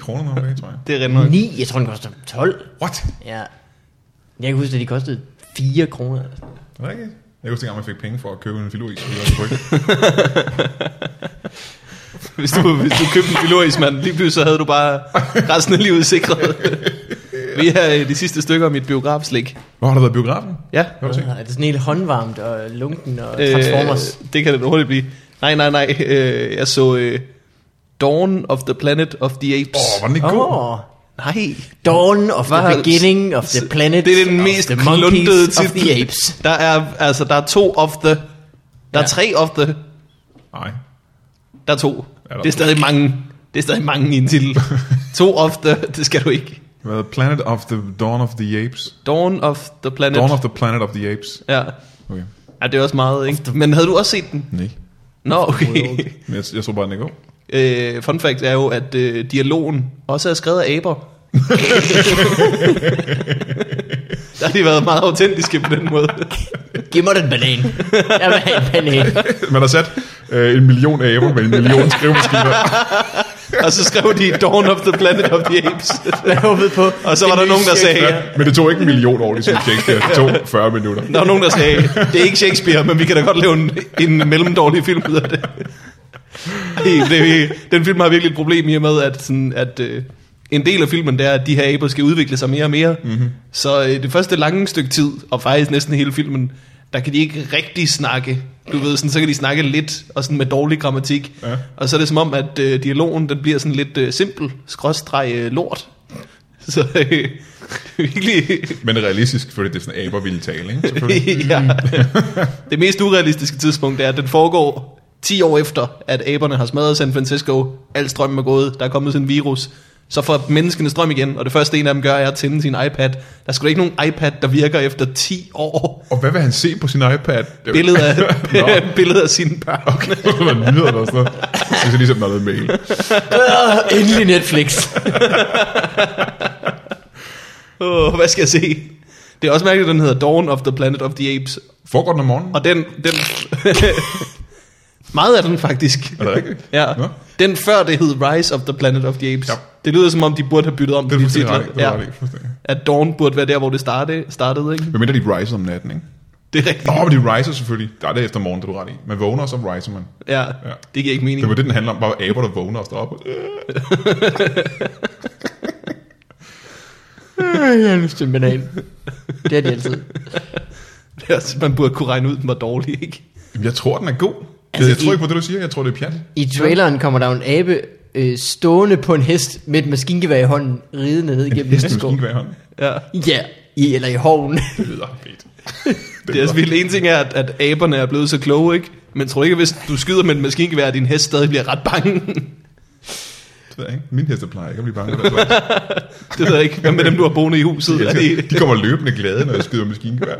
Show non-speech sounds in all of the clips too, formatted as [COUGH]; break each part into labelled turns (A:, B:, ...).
A: kroner nu om dagen, tror jeg.
B: Det er rimelig nok.
C: 9, jeg tror den koster 12.
A: What?
C: Ja. Jeg kan huske, at de kostede 4 kroner.
A: Er det rigtigt? Jeg kan huske, at man fik penge for at købe en filoris. fordi jeg var i Brygge.
B: [LAUGHS] Hvis du, hvis du købte en filoris, mand, lige pludselig så havde du bare resten af
A: [LAUGHS]
B: livet sikret. Vi er de sidste stykker af mit biografslik.
A: Hvor har du været i biografen?
B: Ja.
A: Hvad har du set?
C: Er det sådan helt håndvarmt og lunken og Transformers?
B: Øh, det kan det hurtigt blive. Nej, nej, nej. Øh, jeg så øh, Dawn of the Planet of the Apes.
A: Åh, var den ikke
C: Åh,
A: god?
C: oh,
B: Nej.
C: Dawn of
B: Hvad
C: the
B: har-
C: Beginning of the Planet
B: Det er den
C: of
B: mest
C: the
B: kluntede
C: Monkeys of
B: titel.
C: the Apes.
B: Der er, altså, der er to of the... Der er
C: Ja.
B: tre of the...
A: Nej.
B: Der er to.
A: Ja, der-
B: Det er stadig mange. Det er stadig mange i
A: [LAUGHS]
B: en titel. to of the... Det skal du ikke.
A: Hvad? Planet of the Dawn of the Apes.
B: Dawn of the Planet.
A: Dawn of the Planet of the Apes.
B: Ja.
A: Okay.
B: ja, det er også meget, ikke? Men havde du også set den?
A: Nej.
B: Nå, okay.
A: Men jeg, jeg så bare, den er god.
B: Øh, fun fact er jo, at øh, dialogen også er skrevet af aber. der har de været meget autentiske på den måde.
C: Giv mig den banan. Jeg vil have en
B: [LAUGHS]
C: banan.
A: Man har sat øh, en million aber med en million skrivemaskiner.
B: Og så skrev de Dawn of the Planet of the Apes.
C: Jeg håbede på.
B: Og så var der nogen, der sagde,
C: Shakespeare.
A: Men det tog ikke en million år, ligesom Shakespeare. Det tog 40 minutter.
B: der var nogen, der sagde, det er ikke Shakespeare, men vi kan da godt lave en, en mellemdårlig film ud af det. Ej, det. Den film har virkelig et problem i og med, at, sådan, at øh, en del af filmen det er, at de her aber skal udvikle sig mere og mere. Mm-hmm. Så øh, det første lange stykke tid, og faktisk næsten hele filmen, der kan de ikke rigtig snakke. Du ved, sådan, så kan de snakke lidt, og sådan med dårlig grammatik.
A: Ja.
B: Ja. Og så er det som om, at øh, dialogen den bliver sådan lidt øh, simpel, skråstreg øh, lort. Så øh, [LAUGHS] virkelig
A: Men realistisk, fordi det er sådan, aber ville tale, ikke? Selvfølgelig.
B: [LAUGHS] ja. Det mest urealistiske tidspunkt er, at den foregår 10 år efter, at aberne har smadret San Francisco. Al strømmen er gået, der er kommet sådan en virus. Så får menneskene strøm igen, og det første en af dem gør, er at tænde sin iPad. Der skulle ikke nogen iPad, der virker efter 10 år.
A: Og hvad vil han se på sin iPad? Det-
B: Billedet af,
A: [LAUGHS] Nå,
B: [LAUGHS] billedet af sine børn. Okay.
A: [LAUGHS] det var nyheder eller sådan noget. Det er ligesom noget mail.
C: Øh, Endelig Netflix.
B: Oh, hvad skal jeg se? Det er også mærkeligt, at den hedder Dawn of the Planet of the Apes.
A: Foregår den om morgenen?
B: Og den... den meget af den faktisk.
A: Er det rigtigt?
B: Ja.
A: Nå.
B: Den før det hed Rise of the Planet of the Apes.
A: Ja.
B: Ja. Det lyder som om, de burde have byttet om
A: Det
B: på
A: er
B: de
A: fuldstændig
B: titler.
A: ret. i. Det er ret i, fuldstændig.
B: At Dawn burde være der, hvor det startede, startede ikke?
A: Hvad mindre de riser om natten, ikke?
B: Det er rigtigt.
A: Nå, men de riser selvfølgelig. Der er det efter morgen, det er du ret i. Man vågner, og så riser man.
B: Ja,
A: Ja.
B: det giver ikke mening.
A: Det var det, den handler om. Bare aber, der vågner og står op. Øh,
C: Øh, Jeg har lyst til en banan. Det er de altid.
B: Det er også- Man burde kunne regne ud, den var dårlig, ikke?
A: Jamen, jeg tror, den er god. Altså,
C: Altså,
A: jeg tror
C: i-
A: ikke på det, du siger. Jeg tror, det er pjat.
C: I traileren kommer der jo en abe øh, stående på en hest med et maskingevær i hånden, ridende ned igennem
B: [LAUGHS]
A: Hesten
C: Vestskov.
A: skal være hånden.
B: Ja.
C: Ja, i, eller i hoven.
A: Det lyder fedt.
B: [LAUGHS] Det er altså vildt. En ting er, at, at aberne er blevet så kloge, ikke? Men tror du ikke, at hvis du skyder med en maskingevær, at din hest stadig bliver ret bange?
A: Det ved jeg ikke. Min heste plejer ikke at blive bange.
B: [LAUGHS]
A: for den slags.
B: det ved jeg ikke. Hvad med dem, du har boende i huset? Er
A: De,
B: de,
A: de kommer løbende glade, når jeg skyder med maskingevær.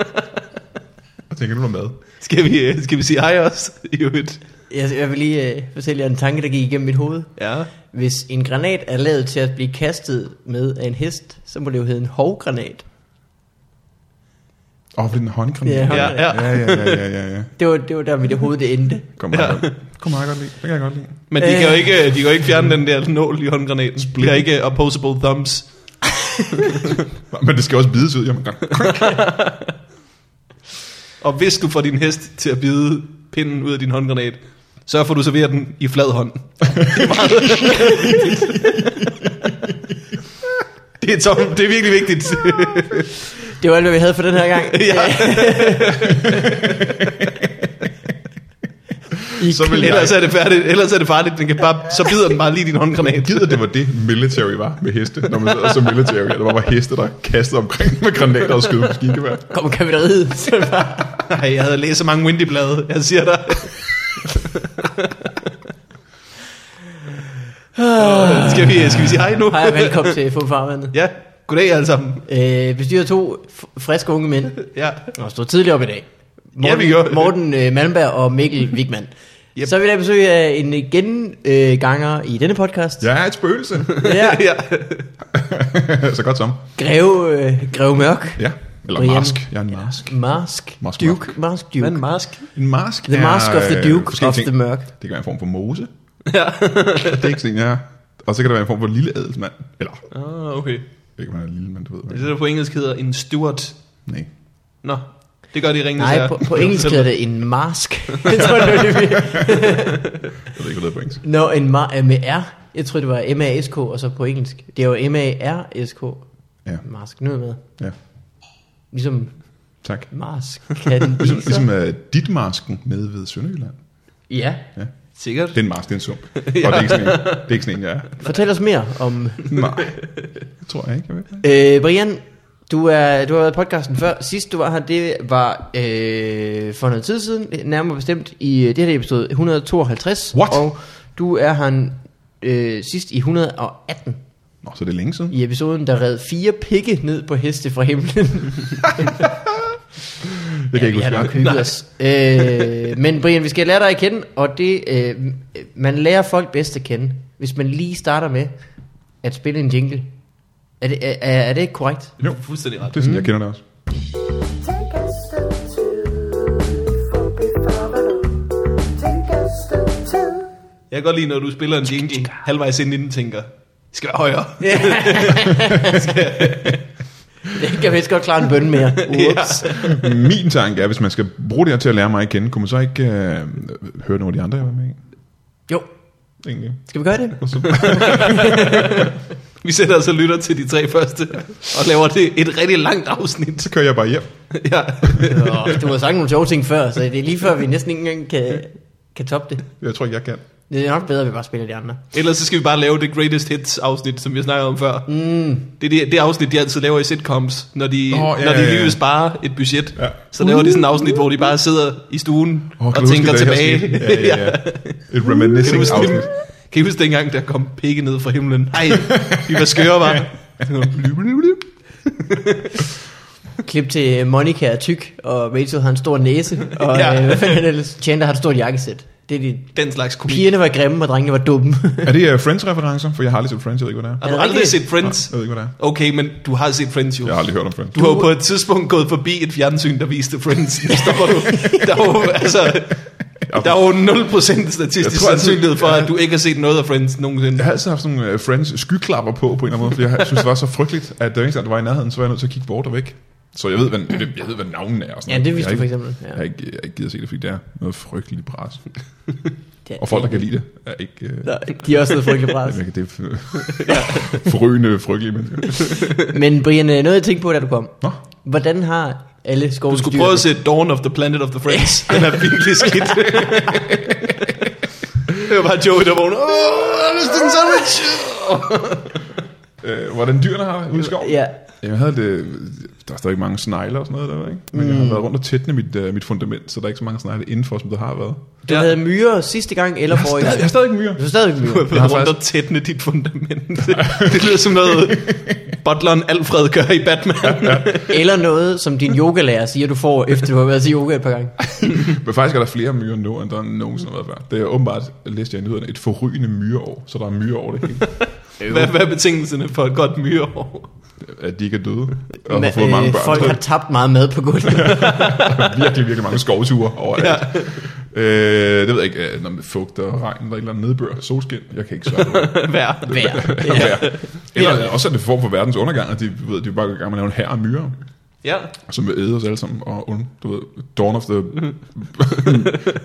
A: Og tænker, nu er der mad.
B: skal, vi, skal vi sige hej også? I øvrigt.
C: Jeg, jeg vil lige øh, fortælle jer en tanke, der gik igennem mit hoved.
B: Ja.
C: Hvis en granat er lavet til at blive kastet med af en hest, så må det jo hedde en hovgranat.
A: Åh, oh, det er en håndgranat.
C: Ja,
B: Ja, ja.
A: ja, ja, ja, ja, ja, ja.
C: Det var, det var der, mit hoved det endte.
A: Kom meget,
B: Ja.
A: godt. Kom meget godt lide. Det kan jeg godt lide.
B: Men de kan jo
C: Øh.
B: ikke, de kan jo ikke fjerne den der nål i håndgranaten. De har ikke opposable thumbs.
A: Nå, Men det skal også bides ud.
C: [LAUGHS]
A: Jamen,
B: Og hvis du får din hest til at bide pinden ud af din håndgranat, så får du serveret den i flad hånd. Det er, meget... [LAUGHS] det, er tom, det er virkelig vigtigt.
C: Det var alt, hvad vi havde for den her gang.
B: Ja.
C: I
A: Så vil jeg-
B: Ellers er det færdigt. Ellers er det farligt. Den kan bare, så bider den bare lige i din håndgranat.
A: gider det var det, military var med heste, når man sidder som military. Der var bare heste, der kastede omkring med granater og skød med maskingevær.
C: Kom, kan vi da ride? Så er det bare-
B: Ej, jeg havde læst så mange Windy-blade. Jeg siger dig. Øh, skal, vi, skal vi sige hej nu?
C: Hej og velkommen til Få Farvandet.
B: Ja, goddag alle sammen.
C: Øh, bestyrer to f- friske unge mænd,
B: Ja.
C: og stod tidligt op i dag. Morten,
B: vi gjorde det.
C: Morten øh, Malmberg og Mikkel Wigman.
B: Yep.
C: yep. Så vil jeg besøge af en genganger øh, ganger i denne podcast.
A: Jeg er et spøgelse. [LAUGHS]
C: Ja.
B: [LAUGHS] ja.
A: så godt som.
C: Greve, øh, Greve Mørk.
A: Ja. Eller
C: Brian.
A: mask. Jeg er en mask.
C: Mask.
A: Mask
C: Duke. Mask Duke.
B: Hvad er en mask?
A: En mask
C: The Mask of the
A: øh,
C: Duke
A: forskellige
C: of
A: ting.
C: the Mørk.
A: [LAUGHS] Det kan være en form for mose.
B: Ja.
A: Det er ikke sådan, jeg er. Og så kan der være en form for lille adelsmand. Eller, jeg
B: Ah, okay.
A: ved ikke, om han er lille, men du ved.
B: Det er det,
A: Hvad.
B: der på engelsk hedder en steward.
A: Nej.
B: Nå, det gør de ringende
C: Nej, på, på
B: [LAUGHS]
C: engelsk hedder det en mask. jeg tror, det var det, vi...
A: Jeg ved ikke, hvad det er på engelsk.
C: Nå, en ma- øh, med R. Jeg tror, det var M-A-S-K, og så på engelsk. Det er jo M-A-R-S-K.
A: Ja,
C: Mask, nu er jeg med.
A: ja.
C: Ligesom
A: Tak.
C: mask kan
A: [LAUGHS] Ligesom,
C: ligesom,
A: ligesom uh, dit masken med ved Sønderjylland.
C: Ja.
A: Ja.
B: Sikkert.
A: Den mask, det er en
B: [LAUGHS]
A: sump. Og det er ikke sådan en, det er ikke sådan en jeg er.
C: Fortæl os mere om...
A: Nej, det tror jeg ikke, jeg ved.
C: Øh, Brian, du, er, du har været i podcasten før. Sidst du var her, det var øh, for noget tid siden, nærmere bestemt i øh, det her episode 152.
A: What?
C: Og du er her øh, sidst i 118
A: Nå, så det er længe siden.
C: i episoden, der red fire pikke ned på heste fra himlen.
A: Jeg kan
C: Ja,
A: ikke
C: vi
A: huske
C: har nok
A: ret.
C: hygget os. Øh, men Brian, vi skal lære dig at kende, og det, øh, man lærer folk bedst at kende, hvis man lige starter med at spille en jingle. Er det, er, er er det ikke korrekt?
A: Jo,
B: Fuldstændig
A: det er
B: ret.
A: sådan, jeg kender det også.
D: Take a step two for before Take a step two.
B: Jeg kan godt lide, når du spiller en jingle halvvejs ind inden tænker, det skal være højere.
C: Det [LAUGHS] kan vi helst godt klare en bønne mere. Ups.
A: Min tanke er, hvis man skal bruge det her til at lære mig at kende, kunne man så ikke øh, høre nogle af de andre, jeg var med i?
C: Jo,
A: Egentlig.
C: skal vi gøre det?
B: [LAUGHS] Vi sætter os og lytter til de tre første, og laver det et rigtig langt afsnit. [LAUGHS]
A: Så kører jeg bare hjem.
B: Ja.
C: [LAUGHS] Nå, du har sagt nogle sjove ting før, så det er lige før, vi næsten ikke engang kan, kan toppe det.
A: Jeg tror ikke, jeg kan.
C: Det er nok bedre, at vi bare spiller de andre.
B: Ellers så skal vi bare lave det greatest hits afsnit, som vi snakkede om før. Mm. Det er det, det afsnit, de altid laver i sitcoms, når de,
A: Nå, ja,
B: når de
A: ja, ja.
B: lige vil spare et budget.
A: Ja. Uh.
B: Så laver de sådan et afsnit, hvor de bare sidder i stuen
A: Åh,
B: og
A: kan du huske
B: tænker
A: det, der
B: tilbage.
A: her skete?
B: [LAUGHS]
A: Ja, ja, ja. Et
B: Kan du
A: reminiscing
B: huske
A: afsnit.
B: det? Kan I huske dengang, der kom pikke ned fra himlen? Nej, vi var skøre, var.
C: Klip til øh, Monica er tyk, og Rachel har en stor næse, og
B: Ja.
C: ja. øh, hvad fanden ellers? Chandler har et stort jakkesæt. Det er de
B: Den slags komik.
C: Pigerne var grimme, og drengene var dumme. [LAUGHS]
A: Er det uh, Friends-referencer? For jeg har aldrig set Friends, jeg ved ikke, hvad det er.
B: Har du
C: Er det
B: aldrig
C: rigtigt?
B: set Friends?
A: Jeg ved ikke, hvad det er.
B: Okay, men du har set Friends jo.
A: Jeg har aldrig hørt om Friends.
B: Du har jo på et tidspunkt gået forbi et fjernsyn, der viste Friends. Der var du, der var, jo- altså, der var jo 0%
A: Jeg
B: statistisk
A: tror, at-
B: sandsynlighed for, at du ikke har set noget af Friends nogensinde.
A: Jeg har altid haft sådan nogle øh, Friends skyklapper på, på en eller anden måde, for jeg synes, det var så frygteligt, at øh, der ikke der var i nærheden, så var jeg nødt til at kigge bort og væk. Så jeg ved, hvad, jeg ved, hvad navnene er. Og sådan
C: Ja,
A: noget.
C: det vidste
A: jeg har
C: du
A: ikke-
C: for eksempel, ja.
A: Jeg har ikke, jeg har ikke givet at se det, fordi det er noget frygteligt pres.
C: Ja,
A: Og folk, der kan lide det, er ikke... Øh,
C: Nej, de er også noget frygteligt bras.
A: jeg kan, det er [LAUGHS] forrygende, frygtelige mennesker.
C: Men Brian, øh, noget jeg tænkte på, da du kom.
A: Nå,
C: Hvordan har alle
B: Du
C: skovens
B: skulle
C: dyr
B: prøve at
C: det?
B: se Dawn of the Planet of the Friends. Den er virkelig
A: [LAUGHS]
B: skidt. det var bare Joey, der vågnede. Åh, jeg har lyst til en sandwich.
A: øh, hvordan dyrene har det ude i skoven?
C: Ja,
A: Jeg havde det, der er stadig mange snegler og sådan noget der, ikke? Men jeg har
C: Mm.
A: været rundt og tætne mit, øh, mit fundament, så der er ikke så mange snegle indenfor, som der har været.
C: du
B: Ja.
C: havde myrer sidste gang, eller
A: Jeg har
C: forrige
A: stadig, jeg har
C: gang.
A: stadig ikke myrer.
C: Du er stadig ikke myrer.
B: Jeg
A: har
B: har rundt
A: faktisk-
B: og tætne dit fundament. [LAUGHS] det lyder som noget, Butleren Alfred gør i Batman.
C: Eller noget, som din yogalærer siger, du får, efter du har været til yoga et par gange.
A: Men faktisk er der flere myrer nu, end der nogensinde har været før. Det er åbenbart, læste jeg i nyhederne, et forrygende myreår, så der er myrer over det hele.
B: Hvad, hvad er betingelserne for et godt myreår?
A: At de ikke er døde, og har
C: Men, øh,
A: fået mange børn.
C: folk
A: Så
C: har tabt meget mad på gulvet.
A: der er virkelig, virkelig mange skovture overalt.
B: Ja.
A: Ja. Øh, det ved jeg ikke, øh, noget med fugt og regn, eller et eller andet nedbør, solskin, jeg kan ikke svare på
B: [LAUGHS]
A: det.
B: Vær.
C: Vær.
A: Ja. Eller også er det form for verdens undergang, at de, ved, de er bare i gang med at lave en her af myrer,
B: Ja. [LAUGHS]
A: som vil æde os alle sammen, og und, du ved, dawn of the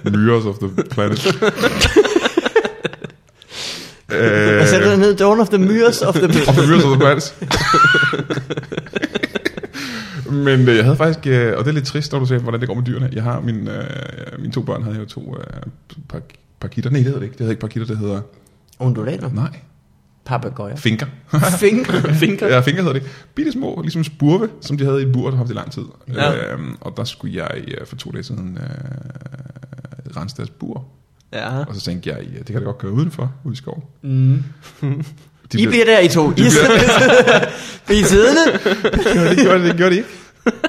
A: myres of the planet. øh,
C: Og så er der ned, Dawn of the Myres of the...
A: Og forvirret sig brænds. Men øh, jeg havde faktisk, øh, og det er lidt trist, når du siger, hvordan det går med dyrene. Jeg har min, øh, mine to børn, havde jeg jo to øh, par, parkitter. Nej, det hedder det ikke. Det hedder ikke parkitter, det hedder...
C: Undulater.
A: Nej,
C: Papagøjer.
A: finker.
C: Finger.
B: Finker.
A: ja, finker hedder det. Bitte små, ligesom spurve, som de havde i et bur, der har haft i lang tid.
B: Ja.
A: Øh, og der skulle jeg øh, for to dage siden øh, rense deres bur.
B: Ja.
A: Og så tænkte jeg, ja, det kan da godt køre udenfor, ude i skoven. Mm. De
C: I bliver der, I to. I bliver siddende.
A: Ja, det gjorde det, det gjorde de ikke.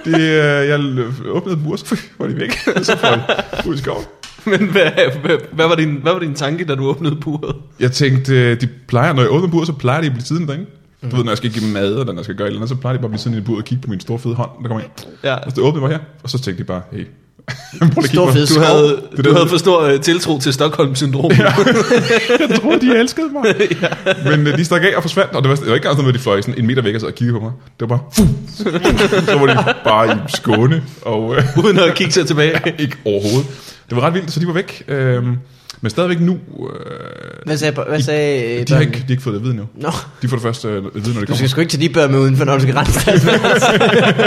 A: Det, øh, jeg l- åbnede burs, [LAUGHS] fy, var de væk. Så fløj de ud i skoven.
B: Men hvad, hvad, hvad, var din, hvad var din tanke, da du åbnede buret?
A: Jeg tænkte, øh, de plejer, når jeg åbner burs, så plejer de at blive siden derinde. Du ved, når jeg skal give dem mad, eller når jeg skal gøre et eller andet, så plejer de bare at blive sådan i buret og kigge på min store fede hånd, der kommer ind.
B: Ja.
A: Og så åbnede jeg bare her, og så tænkte de bare, hey, [LAUGHS] Prøv lige at kigge på-
C: fed
B: Du
C: Skov.
B: havde,
A: Det
B: du
A: der-
B: havde for stor øh, tiltro til Stockholm-syndrom. Ja.
A: Jeg troede, de elskede mig. Men øh, de stak af og forsvandt, og det var, det var ikke engang sådan noget, med, at de fløj sådan en meter væk og så og kiggede på mig. Det var bare... [LAUGHS] Fuh! Så var de bare i skåne, og øh,
B: [LAUGHS] Uden at kigge sig tilbage.
A: [LAUGHS] ikke overhovedet. Det var ret vildt, så de var væk. Øhm, men stadigvæk nu... Øh,
C: Hvad sagde, hvad sagde øh,
A: de, har ikke, de har ikke fået det at vide endnu.
C: Nå,
A: De får det først øh, at vide, når det
C: du skal
A: kommer.
C: sgu ikke til de børn med udenfor, når du skal rense dig.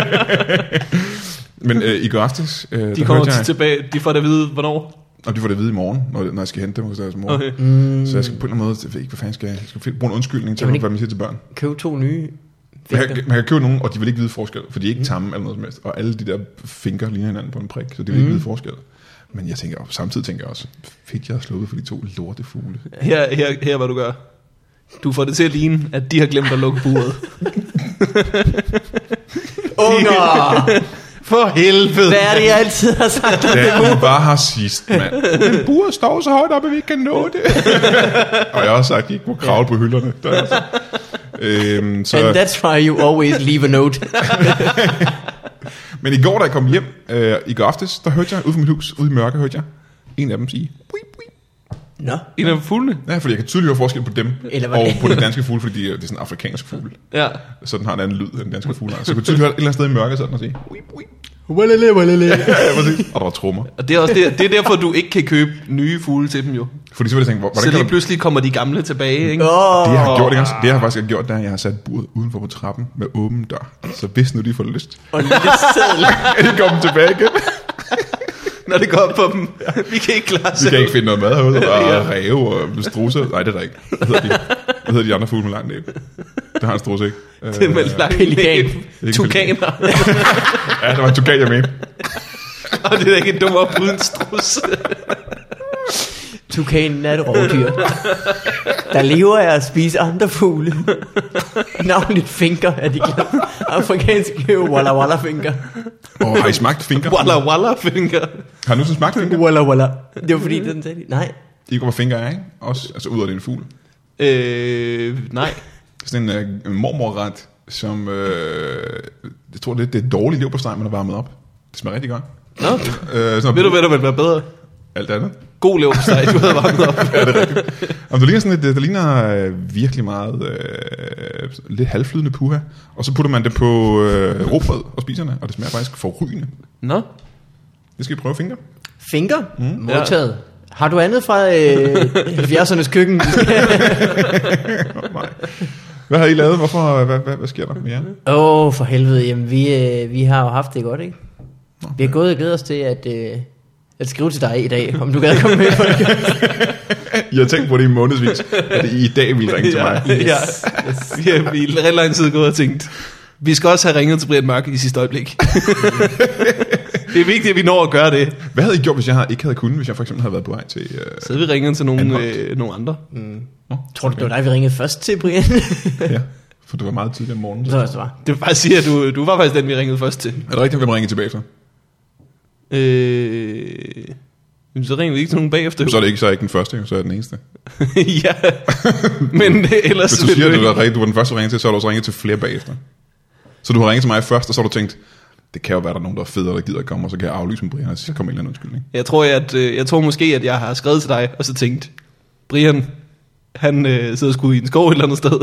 A: Men øh, i går aftes, øh,
B: De
A: der
B: kommer
A: hørte jeg,
B: tilbage. De får det at vide, hvornår.
A: og de får det at vide i morgen, når, når jeg skal hente dem hos deres mor.
B: Okay.
A: Okay.
B: Mm.
A: Så jeg skal på en eller anden måde, jeg ved ikke, hvad fanden skal jeg, jeg skal finde- bruge en undskyldning til,
C: Jamen,
A: hvad
C: ikke-
A: man siger til børn.
C: Køb to nye.
A: Man
C: Fingre.
A: kan, man kan købe nogen, og de vil ikke vide forskel, for de er ikke tamme eller noget som helst. Og alle de der fingre ligner hinanden på en prik, så de vil ikke vide forskel. Men jeg tænker, og samtidig tænker jeg også, fedt, jeg har slået for de to lortefugle.
B: Her, her, her, hvad du gør. Du får det til at ligne, at de har glemt at lukke buret.
C: Unger! [LAUGHS]
B: For helvede!
C: Hvad er det, jeg altid har sagt?
A: Da I var her sidst, mand. Men buret står så højt op, at vi ikke kan nå [LAUGHS] det. og jeg har også sagt, at I ikke må kravle på hylderne. Der er altså. øhm, så,
C: And that's why you always leave a note.
A: Men i går, da jeg kom hjem, øh, i går aftes, der hørte jeg ude fra mit hus, ude i mørke, hørte jeg en af dem sige, "Wip, wip."
C: Nå.
B: En af fuglene?
A: Ja, fordi jeg kan tydeligt høre forskel på dem
C: Eller var
A: og
C: det-
A: på den danske fugle, fordi det er det er sådan en afrikansk fugle.
B: Ja.
A: Så den har en anden lyd end den danske fugle. har. Så jeg kunne tydeligt høre et eller andet sted i mørke sådan og sige, "Wip, wip."
C: Walele, walele.
A: ja, præcis. Og der var trommer.
B: Og det er, også det, det er derfor, du ikke kan købe nye fugle til dem jo.
A: Fordi så ville jeg tænke, hvor- hvordan
B: Så
A: kan
B: lige
A: der...
B: pludselig kommer de gamle tilbage, ikke?
C: Åh,
A: Det jeg har gjort, ikke? også? Det jeg har faktisk gjort, det er, at jeg har sat buret udenfor på trappen med åben dør. Så hvis nu de får lyst,
C: og en lille seddel.
A: at de kommer tilbage igen.
B: Når det går op på dem. [LAUGHS] Vi kan ikke klare
A: Vi
B: os.
A: kan ikke finde noget mad herude, og der er
B: Ja.
A: ræve og struser. Nej, det er der ikke. Hvad hedder de, Hvad hedder de andre fugle med lang næb? Det har en strus, ikke?
B: Det er med langt
C: Pelikan.
A: en
B: Tukaner.
A: Ja, der var en tukan, jeg mente.
B: [LAUGHS] Og det er da ikke en dum op
A: [LAUGHS]
B: uden strus.
C: Tukanen er et rovdyr, der lever af at spise andre fugle. Navnligt finker er de glemt. Afrikanske walla walla finker.
A: Åh, har I smagt finger?
B: Walla walla finger.
A: Har I nogensinde smagt finger?
C: Walla walla. Det var fordi, den sagde de. Nej.
A: I går, hvor finger er, ikke? Også, altså ud af det er en fugl.
B: Øh, nej.
A: Sådan en uh, mormorret, som... Øh, jeg tror, det, er- det er dårligt liv på steg, man har varmet op. Det smager rigtig godt.
B: Nå,
A: Øh, sådan
B: ved du, hvad der ville være bedre?
A: Alt andet.
B: God leverpostej, du havde varmet op.
A: Om det ligner sådan et, det ligner øh, virkelig meget øh, lidt halvflydende puha, og så putter man det på øh, råbrød og spiserne, og det smager faktisk forrygende.
B: Nå,
A: Det skal vi prøve fingre.
C: Finker? Modtaget. Har du andet fra øh, 70'ernes køkken?
A: Oh, nej. Hvad har I lavet? Hvorfor, øh, hvad, hvad, hvad sker der med jer?
C: [LAUGHS] Åh, oh, for helvede. Jamen, vi, øh, vi har jo haft det godt, ikke?
A: Nå,
C: Vi har gået og glædet os til at, øh, at skrive til dig i dag, om du gad komme med på det.
A: Jeg har tænkt på det i månedsvis, at I i dag ville ringe til mig.
B: Ja, [LAUGHS] ja. Yes. Vi har i rigtig lang tid gået og tænkt, vi skal også have ringet til Brian Mørk i sidste øjeblik. [LAUGHS] det er vigtigt, at vi når at gøre det.
A: Hvad havde I gjort, hvis jeg havde- ikke havde kunnet, hvis jeg for eksempel havde været på vej til... Øh,
B: Så havde vi ringer til nogle,
A: Anholdt.
B: øh, nogle andre.
A: nå,
C: Tror du, det var dig, vi ringede først til, Brian?
A: Ja, for det var meget tidligt om morgenen.
C: Så
A: Så.
C: var det svar.
B: Det vil bare sige, at du, du var faktisk den, vi ringede først til.
A: Er det rigtigt, hvem ringer tilbage efter?
B: Øh, jamen, så ringer vi ikke til nogen bagefter.
A: Så er det ikke, så er jeg ikke den første, så er jeg den eneste.
B: [LAUGHS] ja, men øh, ellers...
A: Hvis du
B: vil
A: siger, at du,
B: ikke-
A: var, rigtig- du var den første, du ringede til, så har du også ringet til flere bagefter. Så du har ringet til mig først, og så har du tænkt, det kan jo være, der er nogen, der er federe, der gider at komme, og så kan jeg aflyse med Brian, og så kommer en eller anden undskyldning.
B: Jeg tror, at, øh, jeg tror måske, at jeg har skrevet til dig, og så tænkt, Brian, han øh, sidder sgu i en skov et eller andet sted.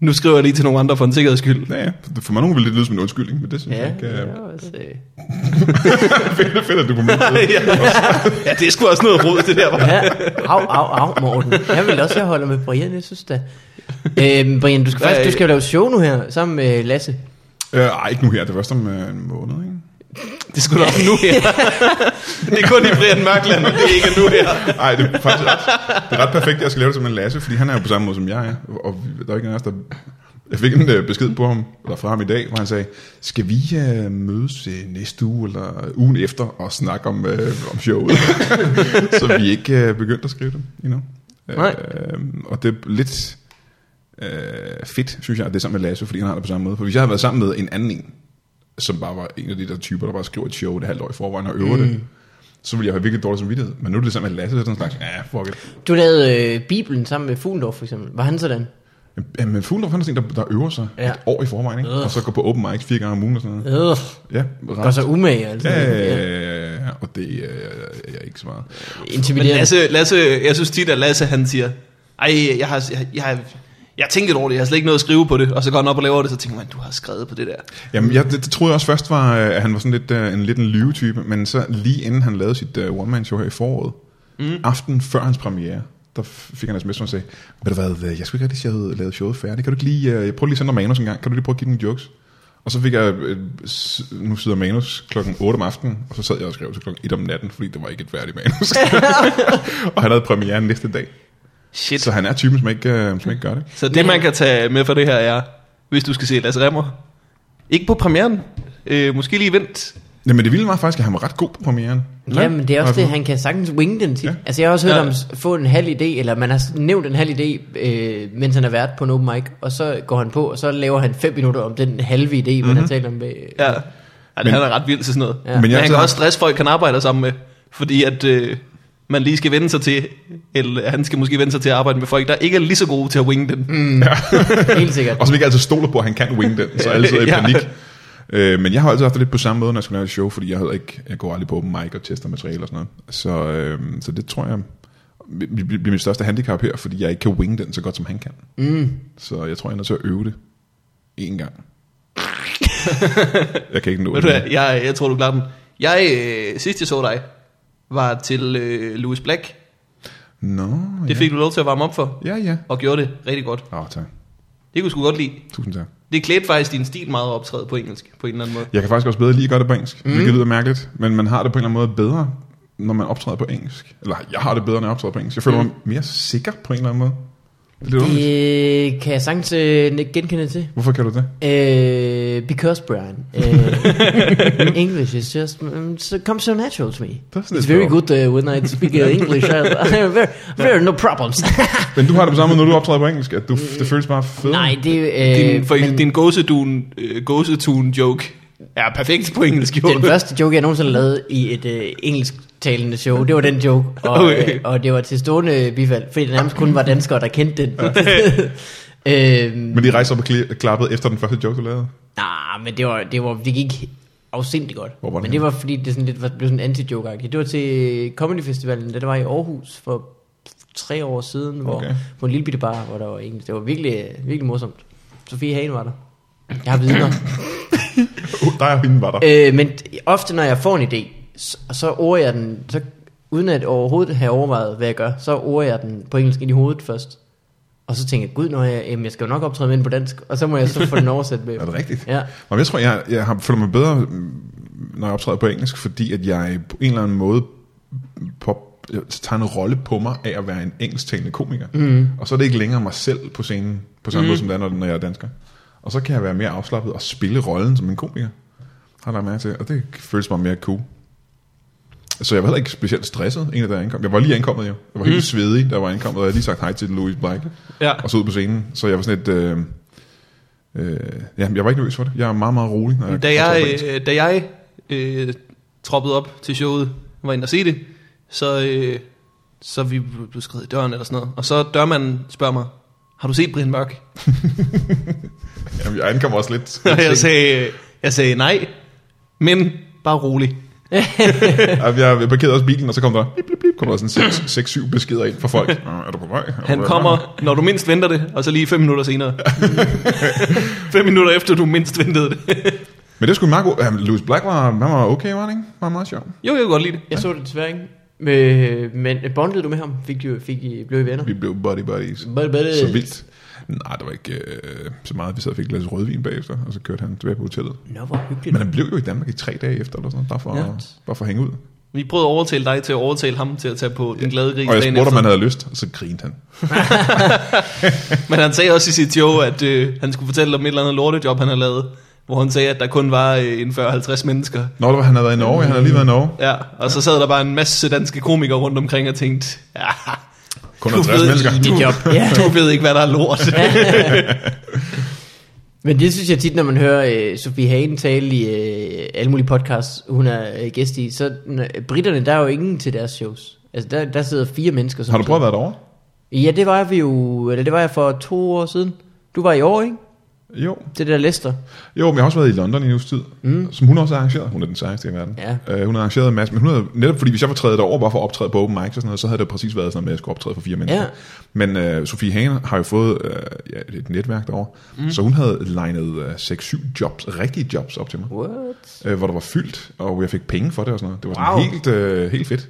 B: Nu skriver jeg lige til nogle andre for en sikkerheds skyld.
A: Ja, ja. For mig nogen vil det lyde som en undskyldning, men det synes ja, jeg
C: Ja,
A: ikke
C: det
A: er [LAUGHS]
C: var også, øh,
A: fedt, fedt, at du på min side.
B: [LAUGHS] ja. ja, det er sgu også noget rod, det der. Var.
C: ja. Au, au, au, Morten. Jeg vil også, jeg holder med Brian, jeg synes da. Øhm, Brian, du skal faktisk, du skal jo lave show nu her, sammen med Lasse.
A: Øh, ej, ikke nu her. Det var som øh, en måned, ikke?
B: Det er sgu da nu
A: [LAUGHS]
B: her. det er kun i Brian Mørkland, og det er ikke nu her.
A: Nej, det er faktisk ret, det er ret perfekt, at jeg skal lave det som en Lasse, fordi han er jo på samme måde som jeg er. Og vi- der er ikke nogen af os, der... Jeg fik en øh, besked på ham, eller fra ham i dag, hvor han sagde, skal vi øh, mødes øh, næste uge, eller ugen efter, og snakke om, øh, om showet? [LAUGHS] så vi er ikke øh, begyndt at skrive det endnu.
C: Nej.
A: Øh, og det er lidt øh, fedt, synes jeg, at det er sammen med Lasse, fordi han har det på samme måde. For hvis jeg havde været sammen med en anden en, som bare var en af de der typer, der bare skriver et show et halvt år i forvejen og øver mm. det, så ville jeg have virkelig dårlig samvittighed. Men nu er det sammen med Lasse, så er det sådan en slags, ja, fuck it.
C: Du lavede øh, Bibelen sammen med Fuglendorf, for eksempel. Var han sådan?
A: Ja, Men Fuglendorf, han er sådan en, der, der øver sig ja.
C: Ja.
A: et år i forvejen, ikke?
C: Øh.
A: og så går på open mic fire gange om ugen og sådan noget.
C: Øh,
A: Ja,
C: gør
A: ret.
C: sig umage, altså.
A: Ja, ja, ja, ja. Ja, og det øh, er jeg ikke så meget.
B: Men
C: Intimiderende.
B: Lasse, Lasse, jeg synes tit, at Lasse han siger, ej, jeg har, jeg, jeg, har- jeg tænkte over det, jeg har slet ikke noget at skrive på det. Og så går han op og laver det, så tænker man, du har skrevet på det der.
A: Jamen, jeg, det, det troede jeg også først var, øh, at han var sådan lidt øh, en lidt en lyvetype, men så lige inden han lavede sit øh, one-man-show her i foråret, mm. aften før hans premiere, der f- fik han altså en sms, hvor han sagde, ved du hvad, øh, jeg skulle ikke rigtig have lavet showet færdigt, kan du ikke lige, øh, jeg prøver lige at sende dig manus en gang, kan du lige prøve at give den jokes? Og så fik jeg, øh, s- nu sidder manus klokken 8 om aftenen, og så sad jeg og skrev til klokken 1 om natten, fordi det var ikke et færdigt manus. og han havde premiere næste dag.
B: Shit.
A: Så han er typen, som ikke, øh, som ikke gør det.
B: Så det, man kan tage med fra det her, er, hvis du skal se Lasse Remmer, ikke på premieren, øh, måske lige vent.
A: Nej, men det vilde var faktisk, at han var ret god på premieren.
C: Ja, men det er også
A: Ja.
C: det, han kan sagtens wing den tit.
A: Ja.
C: Ja. Altså jeg har også hørt
B: Ja.
C: ja. om s- få en halv idé, eller man har s- nævnt en halv idé, øh, mens han er vært på en open mic, og så går han på, og så laver han fem minutter om den halve idé, mm-hmm. man
A: Mhm.
C: har talt om. Med,
B: Ja. Ej, men,
A: Men-
B: han er ret vild til sådan noget.
C: Ja.
B: Ja.
C: Men
B: Men,
A: jeg
B: jeg
A: har
B: han
A: taget-
B: kan også stresse folk, han arbejder sammen med, fordi at øh, man lige skal vende sig til, eller han skal måske vende sig til at arbejde med folk, der ikke er lige så gode til at winge den. Mm.
C: Helt sikkert.
A: [LAUGHS] Og som ikke altid stoler på, at han kan wing den, så
B: [LAUGHS]
A: alle sidder i
B: Ja.
A: panik. Øh, men jeg har altid haft det lidt på samme måde, når jeg skulle lave et show, fordi jeg, havde ikke, jeg går aldrig på open mic og tester materiale og sådan noget. Så, øh, så det tror jeg bl- bl- bliver mit største handicap her, fordi jeg ikke kan wing den så godt, som han kan. Mm. Så jeg tror, jeg er nødt til at øve det en
B: [LAUGHS]
A: gang. jeg kan ikke nå
B: Ved du
A: det.
B: hvad, jeg, jeg tror, du klarer den. Jeg, øh, sidst jeg så dig, var til øh, Louis Black.
A: Nå,
B: Det fik du lov til at varme op for,
A: ja. Ja, ja.
B: og gjorde det rigtig godt.
A: Åh, oh, tak.
B: Det kunne du sgu godt lide.
A: Tusind tak.
B: Det klædte faktisk din stil meget at optræde på engelsk, på en eller anden måde.
A: Jeg kan faktisk også bedre lige gøre det på engelsk, mm. hvilket lyder mærkeligt, men man har det på en eller anden måde bedre, når man optræder på engelsk. Eller jeg har det bedre, når jeg optræder på engelsk. Jeg føler mm. mig mere sikker på en eller anden måde. Det er lidt underligt.
C: Det kan jeg sagtens øh, nik- genkende til.
A: Hvorfor kan du det?
C: Øh, because Brian. Øh, English is just mm, so, comes so natural to me.
A: er sådan
C: It's
A: lidt
C: very
A: sjovt.
C: good uh, when I speak uh, English. I, I have very, very no problems.
A: Men du har det på samme måde, når du optræder på engelsk, at du, det føles bare fedt.
C: Nej, det øh,
B: Din, for,
C: men-
B: men, din gåsetun, øh, gåsetun joke er perfekt på engelsk, jo.
C: Den første joke, jeg nogensinde lavede i et øh, engelsktalende show, det var den joke. Og,
B: Okay.
C: okay. øh, og det var til stående bifald, fordi det nærmest kun var danskere, der kendte den. [LAUGHS] øhm,
A: Men de rejser op og kli- klappede efter den første joke, du [LAUGHS] lavede.
C: nej, men det var, det var, det gik afsindigt godt.
A: Hvor var det
C: men det
A: henne?
C: var fordi, det sådan lidt var, blev sådan en anti-joke -agtigt. Det var til Comedy Festivalen, da det var i Aarhus for tre år siden, hvor,
A: Okay.
C: på en lille bitte bar, hvor der var engelsk. Det var virkelig, virkelig morsomt. Sofie Hagen var der. Jeg har
A: [LAUGHS]
C: vidner.
A: Uh, der er hende var der.
C: Øh, men ofte, når jeg får en idé, så, så order jeg den, så, uden at overhovedet have overvejet, hvad jeg gør, så order jeg den på engelsk ind i hovedet først. Og så tænker jeg, gud, når jeg, jamen, jeg skal jo nok optræde med den på dansk, og så må jeg
A: [LAUGHS]
C: så få den oversat med.
A: Er det rigtigt?
C: Ja.
A: Nå, men jeg tror, jeg, jeg har, føler mig bedre, mm, når jeg optræder på engelsk, fordi at jeg på en eller anden måde pop, jeg tager en rolle på mig af at være en engelsktalende komiker. Mm. Og så er det ikke længere mig selv på scenen, på samme mm. måde som det er, når- når jeg er dansker. Og så kan jeg være mere afslappet og spille rollen som en komiker. Har der mærke til, og det føles bare mere cool. Så jeg var heller ikke specielt stresset, egentlig, da jeg ankom. Jeg var lige ankommet jo. Jeg var helt svedig, da jeg var ankommet, og jeg havde lige sagt hej til Louis Black
B: Ja.
A: [LAUGHS] og så ud på scenen. Så jeg var sådan lidt... Øh, øh, ja, jeg var ikke nervøs for det. Jeg er meget, meget rolig. Når
B: Da
A: optræder på
B: jeg,
A: engelsk.
B: øh, da jeg øh, troppede op til showet, var inde og se det, så, øh, så vi blev skrevet i døren eller sådan noget. Og så dørmanden spørger mig, har du set Brian Mørk? [LAUGHS]
A: Jamen, jeg ankommer også lidt.
B: Og jeg sagde, øh, jeg sagde nej, men bare rolig.
A: jeg, jeg parkerede også bilen, og så kom der, blip, blip, blip, kom der sådan 6-7 beskeder ind fra folk. Øh, er du på vej? Er
B: Han
A: du-
B: kommer, når du mindst venter det, og så lige fem minutter senere. fem minutter efter, du mindst ventede det.
A: Men det skulle meget godt. Jamen, Louis Black var, han var okay, var han ikke? Han var meget sjov.
B: jo, jeg kan godt lide det.
C: Jeg så det desværre ikke. Øh, men bondede du med ham? Fik, du, fik I, blev I venner?
A: Vi blev buddy buddies.
C: Buddy buddies.
A: Så vildt. Nej, der var ikke øh, så meget. Vi sad og fik et glas rødvin bagefter, og så kørte han tilbage på hotellet.
C: Nå, hvor hyggeligt.
A: Men han blev jo i Danmark i tre dage efter, eller sådan noget, bare for,
C: Ja.
A: bare for at hænge ud.
B: Vi prøvede at overtale dig til at overtale ham til at tage på den glade gris
A: Og jeg
B: dagen
A: spurgte, om
B: efter.
A: han havde lyst, og så grinte han.
B: Men han sagde også i sit show, at øh, han skulle fortælle om et eller andet lortejob, han havde lavet. Hvor han sagde, at der kun var øh, en 40-50 mennesker.
A: Nå, det var, han havde været i Norge. Han havde lige været i Norge.
B: Ja, og så sad der bare en masse danske komikere rundt omkring og tænkte, ja,
A: Kun
B: Du
A: 50
B: ved
A: mennesker.
B: lige-
C: Det job. Ja.
B: [LAUGHS] du ved ikke, hvad der er lort.
C: Men det synes jeg tit, når man hører øh, Sofie Hagen tale i øh, alle mulige podcasts, hun er øh, gæst i, så n- britterne, der er jo ingen til deres shows. Altså, der, der sidder fire mennesker. Som
A: Har du prøvet at være derovre?
C: Ja, det var vi jo, eller det var jeg for to år siden. Du var i år, ikke?
A: Jo.
C: Det der Lester.
A: jo, men jeg har også været i London i en uges tid, mm. som hun også har arrangeret. Hun er den sejeste i verden.
C: Ja.
A: Øh, hun har arrangeret en masse, men hun havde, netop fordi hvis jeg var trædet derover bare for at optræde på open mics og sådan noget, så havde det præcis været sådan noget med, at jeg skulle optræde for fire mennesker.
C: Ja.
A: Men øh, Sofie Hagen har jo fået øh, ja, et netværk derover, mm. så hun havde legnet øh, 6-7 jobs, rigtige jobs op til mig.
C: What?
A: øh, hvor der var fyldt, og jeg fik penge for det og sådan noget. Det var sådan
B: Wow.
A: wow. helt, øh, helt fedt.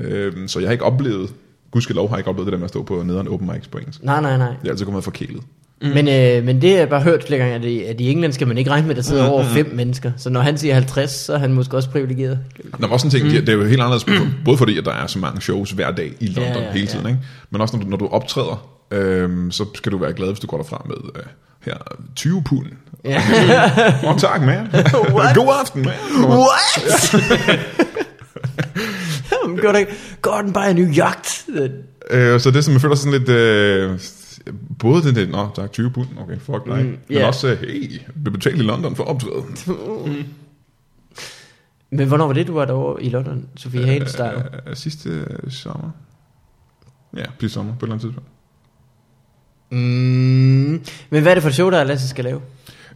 A: Øh, så jeg har ikke oplevet, gudskelov har jeg ikke oplevet det der med at stå på nederen open mics på engelsk.
C: Nej, nej, nej.
A: Jeg er altid kommet forkælet.
C: Mm. Men, øh, men det har jeg bare hørt flere gange, at, i- at i England skal man ikke regne med, at der sidder over fem mennesker. Så når han siger 50, så er han måske
A: [LAUGHS]
C: også privilegeret.
A: Nå, men også en ting, mm. det, det er jo helt anderledes, på- både fordi, at der er så mange shows hver dag i London ja,
C: Ja,
A: ja,
C: ja,
A: hele tiden,
C: ja.
A: ikke? men også når du, når du optræder, øh, så skal du være glad, hvis du går derfra med øh, her, 20 [LAUGHS] pund.
C: Ja.
A: Åh, oh, tak, man. [LAUGHS] God aften, man.
C: What? [LAUGHS] Jamen, Gør det Gordon buy a new yacht.
A: Øh, så det, som jeg føler sådan lidt... Øh, både den der, nå, tak, 20 pund, okay, fuck dig. Mm, Men
C: ja.
A: også, øh, hey, vi betalte i London for at optræde.
C: Men hvornår var det, du var derovre i London, Sofie Hales style?
A: Øh, sidste øh, sommer. Ja, sidste sommer, på et eller andet tidspunkt.
C: Mm. Men hvad er det for et show, der er, Lasse skal lave?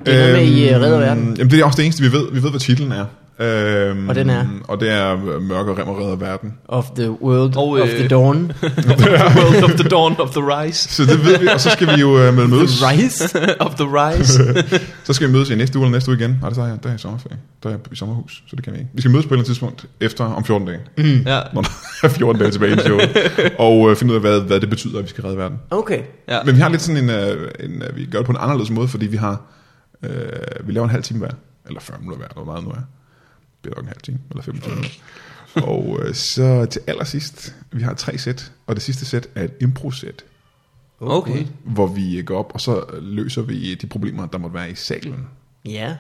C: Det er noget med, I
A: Øhm,
C: øh, redder verden.
A: Jamen, det er også det eneste, vi ved. Vi ved, hvad titlen er. Øhm,
C: Og den er?
A: Og det er øh, Mørke Rem og Redder Verden.
C: Of the world,
B: Og,
C: of the
B: øh,
C: dawn.
B: [LAUGHS] World of the dawn of the rise. [LAUGHS]
A: Så det ved vi, og så skal vi jo øh, møde-
C: [LAUGHS]
A: mødes.
C: Rice?
B: of the
A: [LAUGHS]
B: rise.
A: Så skal vi mødes i næste uge eller næste uge igen. Nej, det tager jeg. Der er jeg i sommerferie. Der er jeg i sommerhus, så det kan vi ikke. Vi skal mødes på et eller andet tidspunkt efter om 14
C: [LAUGHS]
A: dage.
B: ja,
A: Når der er 14 dage tilbage i showet. Og øh, finde ud af, hvad, hvad det betyder, at vi skal redde verden.
C: Okay.
B: ja.
A: Men vi har lidt sådan en, øh, en øh, vi gør det på en anderledes måde, fordi vi har, øh, vi laver en halv time hver, eller 40 minutter hver, eller hvor meget nu er. Det er nok en halv time, eller 25 minutter. og øh, så til allersidst, vi har tre sæt, og det sidste sæt er et impro-sæt,
B: Okay.
A: hvor vi øh, går op, og så løser vi øh, de problemer, der måtte være i salen.
C: Ja.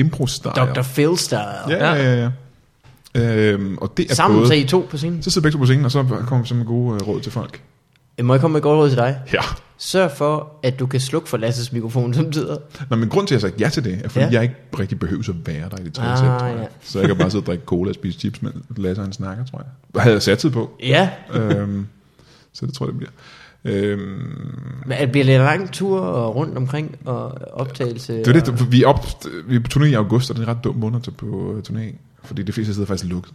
A: Impro-style.
C: Dr. Phil style.
A: Ja, ja, ja. ja. Øhm, og det er
C: Sammen
A: både...
C: så I to på scenen.
A: Så sidder begge to på scenen, og så kommer vi så med gode øh, råd til folk.
C: Øh, Må jeg komme med et godt råd til dig?
A: Ja.
C: Sørg for, at du kan slukke for Lasses mikrofon samtidig.
A: Nå, men grund til, at jeg sagde ja til det, er fordi, ja.
C: Ja.
A: jeg ikke rigtig behøver at være der i det tredje
C: Ah,
A: sæt, tror jeg.
C: ja.
A: Så jeg kan bare sidde og drikke cola og spise chips, mens Lasse han snakker, tror jeg. Hvad havde jeg satset på?
C: Ja,
A: øhm, så det tror jeg, det bliver. Øhm,
C: Men det bliver det en lang tur og rundt omkring og optagelse?
A: det er lidt, for vi er, op, vi er på turné i august, og det er en ret dum måned at tage på øh, turné, fordi det fleste sidder faktisk lukket.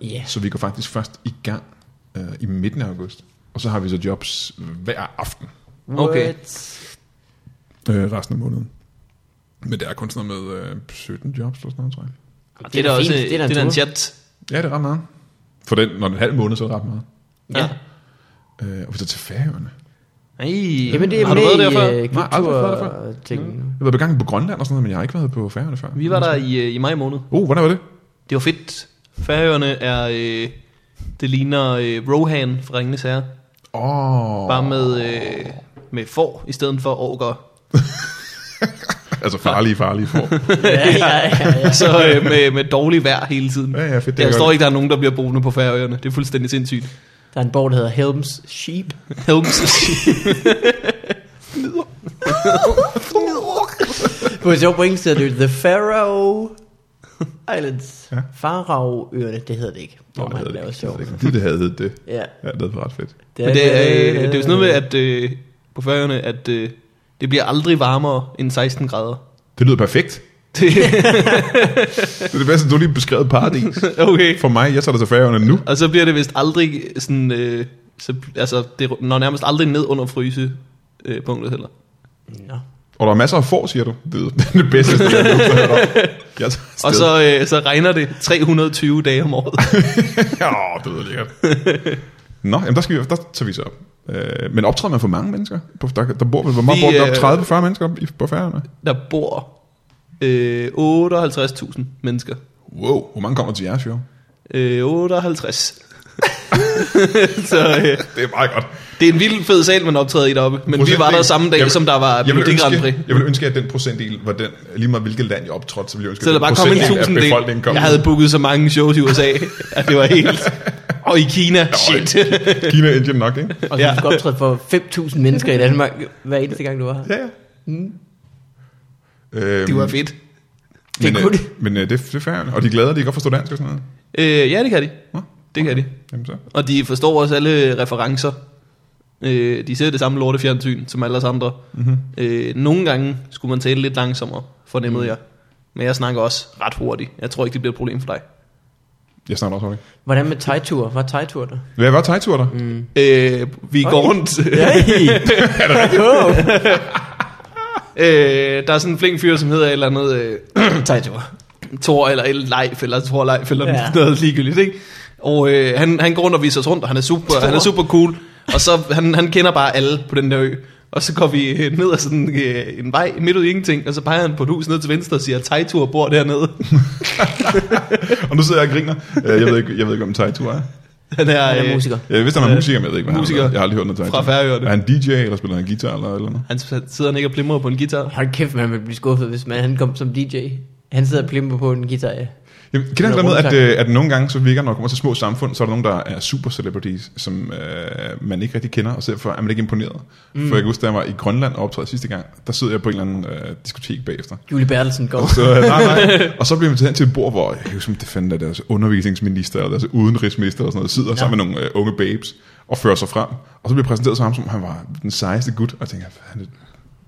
C: Ja.
A: Så vi går faktisk først i gang øh, i midten af august, og så har vi så jobs hver aften
B: Okay.
C: What?
A: øh, resten af måneden. Men der er kun sådan noget med øh, 17 jobs eller sådan noget, tror jeg.
C: Det,
B: Det er da også
C: fint.
B: det er da en chat.
A: Ja, det er ret meget. For den, når det er en halv måned, så er det ret meget.
C: Ja.
B: Ja.
A: Øh, og vi tager til Færøerne.
B: Ej,
C: Jamen det er
B: har du
C: med
B: været der før?
C: i øh,
A: Nej, aldrig været der
C: kultur
B: Mm.
C: ting.
A: Jeg har været på gang på Grønland og sådan noget, men jeg har ikke været på Færøerne før.
B: Vi var der i, øh, i maj måned.
A: Oh, hvordan var det?
B: Det var fedt. Færøerne er... Øh, det ligner øh, Rohan fra Ringenes Herre.
A: Åh, oh,
B: Bare med, øh, med får i stedet for orker.
A: altså farlige, farlige for.
C: Ja, ja, ja, ja.
B: [LAUGHS] Så øh, med, med dårlig vejr hele tiden.
A: [LAUGHS] Ja, ja, fedt, det er
B: Jeg forstår
A: godt.
B: ikke, der er nogen, der bliver boende på Færøerne. Det er fuldstændig sindssygt. [LAUGHS]
C: Der er en borg, der hedder Helms Sheep.
B: Helms.
C: På et sjovt point hedder det The
B: [LAUGHS]
C: Faroe Islands.
A: Ja.
C: Ja. Faragøerne, det hedder det ikke. Nå,
A: Nå,
C: man, det,
A: det
C: er
A: ikke.
C: også sjovt.
A: Det, det, det havde heddet det.
C: Ja.
A: Ja, det var ret fedt.
B: Men det, er, øh, det er jo sådan noget med, at øh, på Færøerne, at øh, det bliver aldrig varmere end 16 grader. [LAUGHS]
A: Det lyder perfekt.
B: Det,
A: Det er det bedste, du har lige beskrevet paradis.
B: [LAUGHS] okay.
A: For mig, jeg tager dig til Færøerne nu.
B: Og så bliver det vist aldrig sådan, øh, så, altså det når nærmest aldrig ned under fryse øh, punktet heller.
C: Nå.
A: Og der er masser af får, siger du. Det er det bedste, sted, jeg nogensinde har hørt om. Jeg tager afsted.
B: Og så, øh, så regner det 320 dage om året.
A: Ja, det lyder lækkert. Nå, jamen der, skal vi, der tager vi så op. Øh, men optræder man for mange mennesker? På, der, der bor, hvor meget
B: Vi,
A: bor der? 30-40
B: øh,
A: mennesker op i- på færgerne?
B: [LAUGHS] Der bor øh, 58.000 mennesker.
A: Wow, hvor mange kommer til jeres show?
B: Øh, 58. [LAUGHS] så øh,
A: Det er meget godt.
B: det er en vild fed sal, man optræder i deroppe. Men vi var der
A: Procentdel.
B: samme dag,
A: Jeg vil-
B: som der var
A: jeg vil,
B: Melodi Grand Prix.
A: ønske, jeg vil ønske, at den procentdel var den, lige meget hvilket land jeg optrådte, så ville jeg ønske,
B: Så
A: at
B: der
A: den
B: bare kom en
A: procentdel af
B: tusind
A: befolkningen kom.
B: Jeg havde booket så mange shows i USA, at det var helt... Og i Kina, shit. [LAUGHS]
A: Kina og Indien nok, ikke?
C: Og så
B: Ja.
C: ja. du optræde for 5.000 mennesker i Danmark, hver eneste gang du var her.
A: Ja, ja. Mm. Øhm,
B: Det var fedt.
C: Det
A: men,
C: kunne
A: øh, Men øh, det, det er færdigt. Og de er glade, at de godt forstår dansk og sådan noget.
B: Øh, ja, det kan de.
A: Nå,
B: Det kan de.
A: Jamen så.
B: Og de forstår også alle referencer. Øh, de ser det samme lorte fjernsyn som alle os andre. Mm-hmm. Øh, nogle gange skulle man tale lidt langsommere, fornemmede mm. jeg. Men jeg snakker også ret hurtigt. Jeg tror ikke, det bliver et problem for dig.
A: Jeg snakker også hurtigt.
C: Hvordan med tegtur? Var tegtur der?
A: Hvad var tegtur der? Mm.
B: Øh, vi går
C: Oj.
B: rundt.
C: [LAUGHS] Wow.
B: [LAUGHS] øh, der er sådan en flink fyr, som hedder et eller andet... Øh,
C: Tegtur.
B: Thor eller El Leif, eller Thor Leif, eller ja.
C: Ja.
B: [LAUGHS] noget ligegyldigt, ikke? Og øh, han, han går rundt og viser os rundt, og han er super, han er super cool. Og så, han, han kender bare alle på den der ø. Og så går vi øh, ned ad sådan øh, en vej midt ud i ingenting, og så peger han på et hus ned til venstre og siger, Tejtur bor dernede. [LAUGHS]
A: Og nu sidder jeg og griner. Øh, Jeg ved ikke, jeg ved ikke om tegtur er.
B: Han er,
C: Han er
B: øh,
C: musiker.
A: Jeg vidste, han er musiker, men jeg ved ikke, hvad
B: musiker
A: han er. Jeg har aldrig hørt noget tegtur.
B: fra Færøerne.
A: Er han DJ, eller spiller han guitar, eller eller noget?
B: Han sidder ikke og plimrer på en guitar.
C: Hold kæft, man ville blive skuffet, hvis man, han kom som DJ. Han sidder og plimper på en guitar, ja.
A: Jamen, kan det
C: Eller
A: have med, at,
C: rundtak.
A: øh, at nogle gange, så virker, når man kommer til små samfund, så er der nogen, der er super celebrities, som øh, man ikke rigtig kender, og så derfor er man ikke imponeret. Mm. For jeg kan huske, da jeg var i Grønland og optræde sidste gang, der sidder jeg på en eller anden øh, diskotek bagefter.
C: Julie
A: [LAUGHS]
C: Bertelsen går.
A: Så, øh, nej, nej. Og så blev vi taget hen til et bord, hvor jeg kan huske, det fanden er deres undervisningsminister, eller deres udenrigsminister, eller sådan noget, sidder ja. sammen med nogle øh, unge babes, og fører sig frem. Og så bliver jeg præsenteret som ham, som om han var den sejeste gut, og jeg tænker, han er,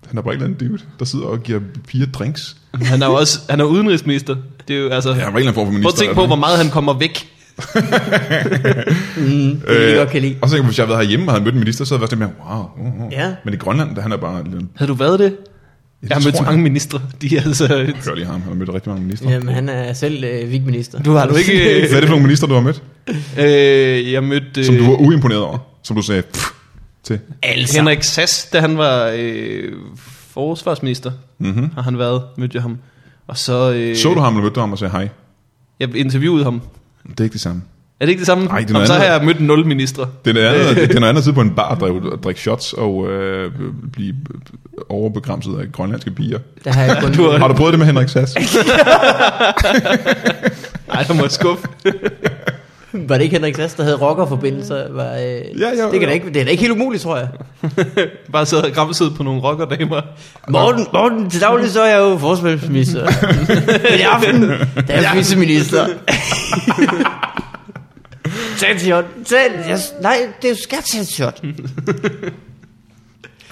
A: han er bare en eller anden dude, der sidder og giver piger drinks.
B: Han er jo også han er udenrigsminister. Det er jo, altså,
A: Ja, han var en eller anden form for
B: prøv at
A: minister.
B: tænke
A: eller
B: på, hvor
A: sådan
B: meget han kommer væk.
C: Det er jeg godt kan lide.
A: Øh, Og så tænker jeg, hvis jeg havde været herhjemme og havde mødt en minister, så havde jeg været sådan lidt mere, wow. Uh, uh.
C: Ja.
A: Men i Grønland, der han er bare lidt...
B: Havde du været det? Jeg har mødt mange ministre. De er altså,
A: Hør lige ham, han har mødt rigtig mange ministre.
C: Jamen, han er selv øh, vigminister.
B: du har du ikke...
A: Hvad er det for nogle minister, du har mødt,
B: Øh, jeg mødte
A: som
B: øh,
A: du var uimponeret over? Som du sagde, pff, til.
B: altså. Henrik Sass, da han var øh, forsvarsminister, mm-hmm. har han været, mødte jeg ham. Og så, øh,
A: Mhm. Så du ham, eller mødte du ham og sagde hej?
B: jeg interviewede ham.
A: Det er ikke det samme.
B: Er det ikke det samme?
A: Nej, det er
B: Om
A: noget
B: så har
A: andet.
B: jeg mødt nul ministre.
A: Det er noget andet, [LAUGHS] det er noget andet at sidde på en bar og drikke- og drikke shots og øh, blive overbegræmset af grønlandske piger.
C: Der har jeg kun...
B: Du
A: Har du prøvet det med Henrik [LAUGHS] Sass?
B: Nej, der må jeg skuffe. [LAUGHS]
C: Var det ikke Henrik Sass, der havde rockerforbindelser? Var, øh,
A: ja, jo.
C: det, kan da ikke, det er da ikke helt umuligt, tror jeg.
B: Bare sad og gramsede på nogle rockerdamer.
C: Morten, Morten til daglig så er jeg jo forsvarsminister. Men i aften, der er jeg viceminister. Tag et shot. Tag, jeg, nej, det er jo skat tage et shot.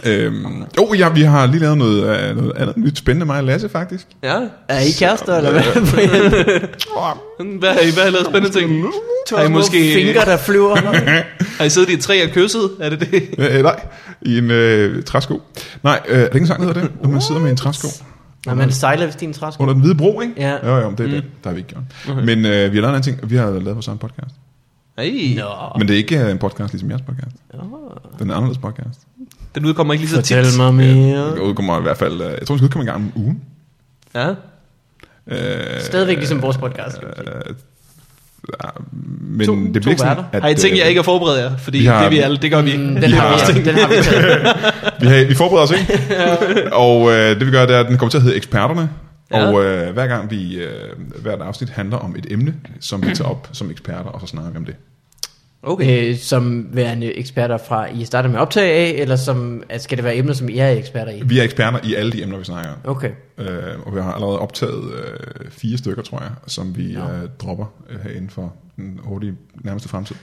A: øhm, jo, ja, vi har lige lavet noget, øh, noget andet nyt spændende, mig og Lasse, faktisk.
B: Ja,
C: Er I kærester, eller hvad? Brian?
B: Hm, hvad har I, hvad har I lavet spændende ting? Har I,
C: Små
B: måske,
C: Fingre, der flyver.
B: har I siddet i et træ og kysset? Er det det?
A: Øh, nej, i en øh, træsko. Nej, øh, hvilken sang hedder det, når man sidder med en træsko?
C: [LAUGHS] Nå, man sejler vist i en træsko.
A: Under den hvide bro, ikke?
C: Ja.
A: Jo, jo, det er mm. det. Der har vi ikke gjort. Okay. Men øh, vi har lavet en anden ting. Vi har lavet vores egen podcast.
B: Ej,
C: Nå.
A: Men det er ikke øh, en podcast ligesom jeres podcast. Den er en anderledes podcast.
B: den udkommer ikke lige så
C: Fortæl
B: tit.
C: mig mere.
A: Den udkommer i hvert fald... Øh, jeg tror, den skal udkomme en gang om ugen.
B: Ja.
A: Øh,
C: Stadigvæk ligesom vores podcast.
A: Øh, ja, men
C: To-
A: det
C: to
A: bliver ikke sådan,
C: værter.
A: at,
B: Har I ting,
A: øh,
B: jeg ikke har forberedt jer? Fordi
A: vi har-
B: det, vi alle, det gør vi ikke.
C: Mm, Den har,
A: har-
C: vi, den har vi taget.
A: Vi, har, vi forbereder os, ikke? og øh, det vi gør, det er, at den kommer til at hedde Eksperterne.
B: Ja.
A: Ja. Og øh, hver gang vi, øh, hvert afsnit handler om et emne, som vi tager op som eksperter, og så snakker vi om det.
C: [LAUGHS] Okay. Øh, som værende eksperter fra, I starter med at optage af, eller som, at skal det være emner, som I er eksperter i?
A: Vi er eksperter i alle de emner, vi snakker om.
C: Okay.
A: Øh, og vi har allerede optaget øh, fire stykker, tror jeg, som vi
C: Nå.
A: øh, dropper øh, her inden for den hurtige nærmeste fremtid.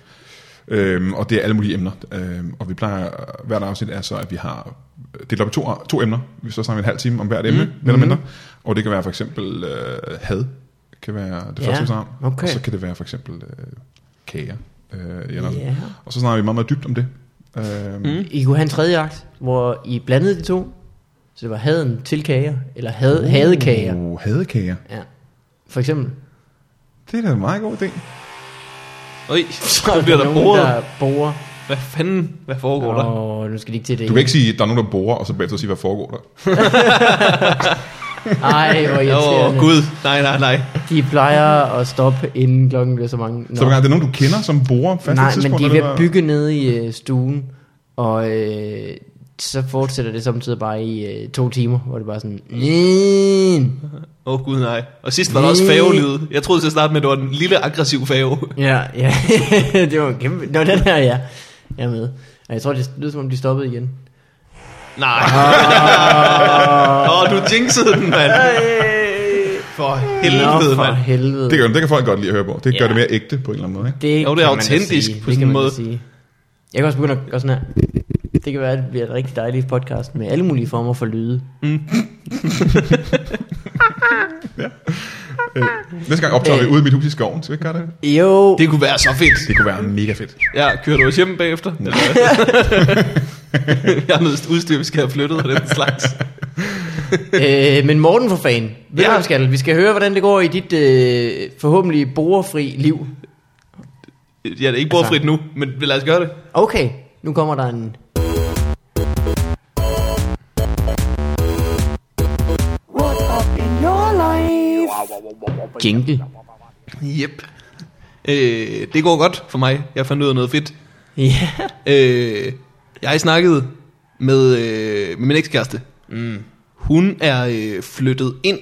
A: Øhm, og det er alle mulige emner. Øhm, og vi plejer, hvert afsnit er så, at vi har øh, delt op i to, to emner. Vi så snakker vi en halv time om hvert emne, mm. mere eller mindre. Og det kan være for eksempel øh, had, kan være det
C: Ja,
A: første, vi snakker om.
C: okay.
A: Og så kan det være for eksempel øh, kager. Øh, i andet.
C: Ja.
A: Og så snakker vi meget, meget dybt om det. Øhm, mm.
C: I kunne have en tredje akt, hvor I blandede de to. Så det var haden til kager, eller had, hadekager.
A: Oh, hadekager.
C: Ja. For eksempel.
A: Det er da en meget god idé.
B: Øj, så bliver der bordet.
C: [LAUGHS] der borer.
B: Hvad fanden, hvad foregår der?
C: Åh, nu skal de ikke til det.
A: Du kan ikke sige, at der er nogen, der borer, og så bagefter sige, hvad foregår der.
C: Ej,
B: [LAUGHS]
C: hvor
B: Åh,
C: irriterende.
B: oh,
C: Oh,
B: gud. Nej, nej, nej.
C: de plejer at stoppe, inden klokken bliver så mange. Nå.
A: Så er det nogen, du kender, som borer fast
C: Nej,
A: et tidspunkt?
C: men de er ved
A: eller
C: at bygge nede i øh, stuen, og øh, så fortsætter det samtidig bare i øh, to timer, hvor det bare sådan... "Mm."
B: Åh, oh, gud nej. Og sidst var der også fævelyd. Jeg troede til at starte med, at det var en lille aggressiv fave.
C: Ja, ja. [LAUGHS] det var en kæmpe... Det var den her, ja. Jeg er med. Og jeg tror, det lyder som om, de stoppede igen.
B: Nej. Åh, oh, du jinxede den, mand. For helvede,
C: Nå, for
B: mand.
C: helvede.
A: Det, gør, det kan folk godt lide at høre på. Det gør
C: Ja.
A: det mere ægte på en eller anden måde. Ikke?
C: det
B: Jo, det er
C: kan man da
B: autentisk
C: sige.
B: på
C: Det
B: sådan
C: kan
B: en
C: man da
B: måde.
C: sige. Jeg kan også begynde at gøre sådan her. Det kan være, at det bliver et rigtig dejligt podcast med alle mulige former for lyde.
A: Øh, næste gang optager vi
C: Øh.
A: ude i mit hus i skoven, skal vi ikke gøre det?
C: Jo,
B: Det kunne være så fedt.
A: Det kunne være mega fedt.
B: Ja, kører du også
C: [LAUGHS]
B: hjem bagefter? Eller hvad? jeg har noget udstyr, vi skal have flyttet og den slags.
C: [LAUGHS] øh, men Morten for fan,
B: Ja.
C: velkommen skal Vi skal høre, hvordan det går i dit øh, forhåbentlig borgerfri liv.
B: Jeg er ikke brugerfrit nu, men lad os gøre det.
C: Okay, nu kommer der en...
D: What up in your life?
C: Jingle.
B: Yep. Øh, det går godt for mig. Jeg fandt ud af noget fedt.
C: Ja.
B: Øh, jeg snakkede med, øh, med min ekskæreste. Mm. Hun er øh, flyttet ind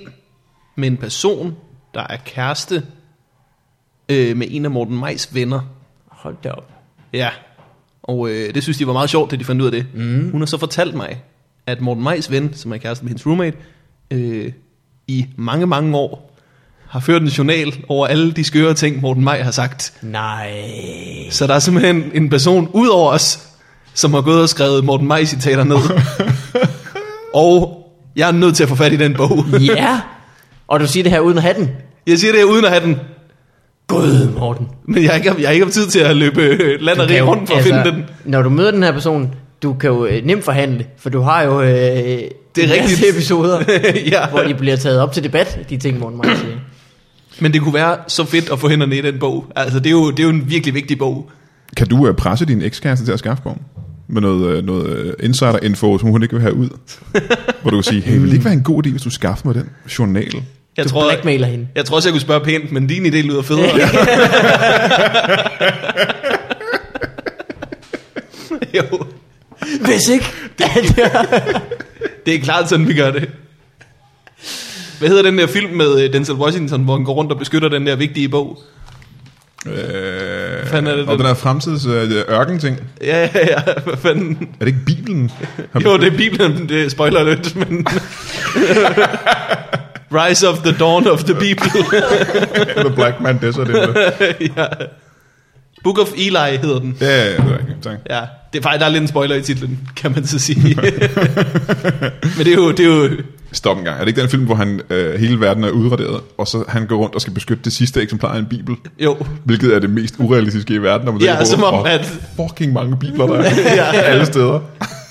B: med en person, der er kæreste øh, med en af Morten Majs venner.
C: [LAUGHS] Hold da op.
B: Ja. Og øh, det synes de var meget sjovt, da de fandt ud af det. Mm. Hun har så fortalt mig, at Morten Majs ven, som er kæreste med hendes roommate, øh, i mange, mange år har ført en journal over alle de skøre ting, Morten Maj har sagt.
C: Nej.
B: Så der er simpelthen en person ud over os, som har gået og skrevet Morten Maj citater
C: [LAUGHS]
B: ned. og jeg er nødt til at få fat i den bog.
C: Ja. Og du siger det her uden at have den.
B: [LAUGHS] Jeg siger det uden at have den,
C: Gud, Morten.
B: men jeg har ikke, jeg har ikke haft tid til at løbe øh, land og
C: kan
B: rig
C: jo-
B: rundt for altså, at finde den.
C: Når du møder den her person, du kan jo øh, nemt forhandle, for du har jo øh, det
B: rigtigt.
C: [LAUGHS]
B: [LAUGHS]
C: episoder,
B: ja.
C: hvor de bliver taget op til debat, de ting, Morten Mark siger.
B: Men det kunne være så fedt at få hænderne i den bog. Altså, det er jo, det er jo en virkelig vigtig bog.
A: Kan du øh, presse din ekskæreste til at skaffe bogen? Med noget, øh, noget øh, insider-info, som hun ikke vil have
B: [LAUGHS]
A: ud. Hvor du kan sige, hey, ville det ikke være en god idé, hvis du skaffede mig den journal?
B: Jeg
C: Du
B: tror,
C: blackmailer hende.
B: Jeg tror også, jeg kunne spørge pænt, men din idé lyder
C: [LAUGHS]
B: federe. [LAUGHS]
C: [LAUGHS]
B: jo, [LAUGHS]
C: Hvis [LAUGHS] ikke,
B: det er klart sådan, vi gør det. Hvad hedder den der film med øh, Denzel Washington, hvor han går rundt og beskytter den der vigtige bog?
A: Øh,
B: fanden er det,
A: og
B: den-
A: den der fremtids øh, ørken-ting.
B: Ja, ja, ja, hvad fanden?
A: Er det ikke
B: [LAUGHS]
A: Bibelen? Har vi-
B: Jo, det er Bibelen, det er spoiler alert, men... Rise of the Dawn of the People.
A: The Black Man Desert. Det er det.
B: ja. Book of Eli hedder den.
A: Ja, ja, ja, det er rigtigt. Tak.
B: Ja, det er faktisk, der er lidt en spoiler i titlen, kan man så sige. Men det er jo, det er jo
A: Stop en gang. Er det ikke den film, hvor han øh, hele verden er udraderet, og så han går rundt og skal beskytte det sidste eksemplar af en bibel?
B: jo,
A: Hvilket er det mest urealistiske i verden, når man
B: Ja,
A: tænker på,
B: som om,
A: hvor
B: at-
A: fucking mange bibler der er
B: [LAUGHS]
A: alle steder.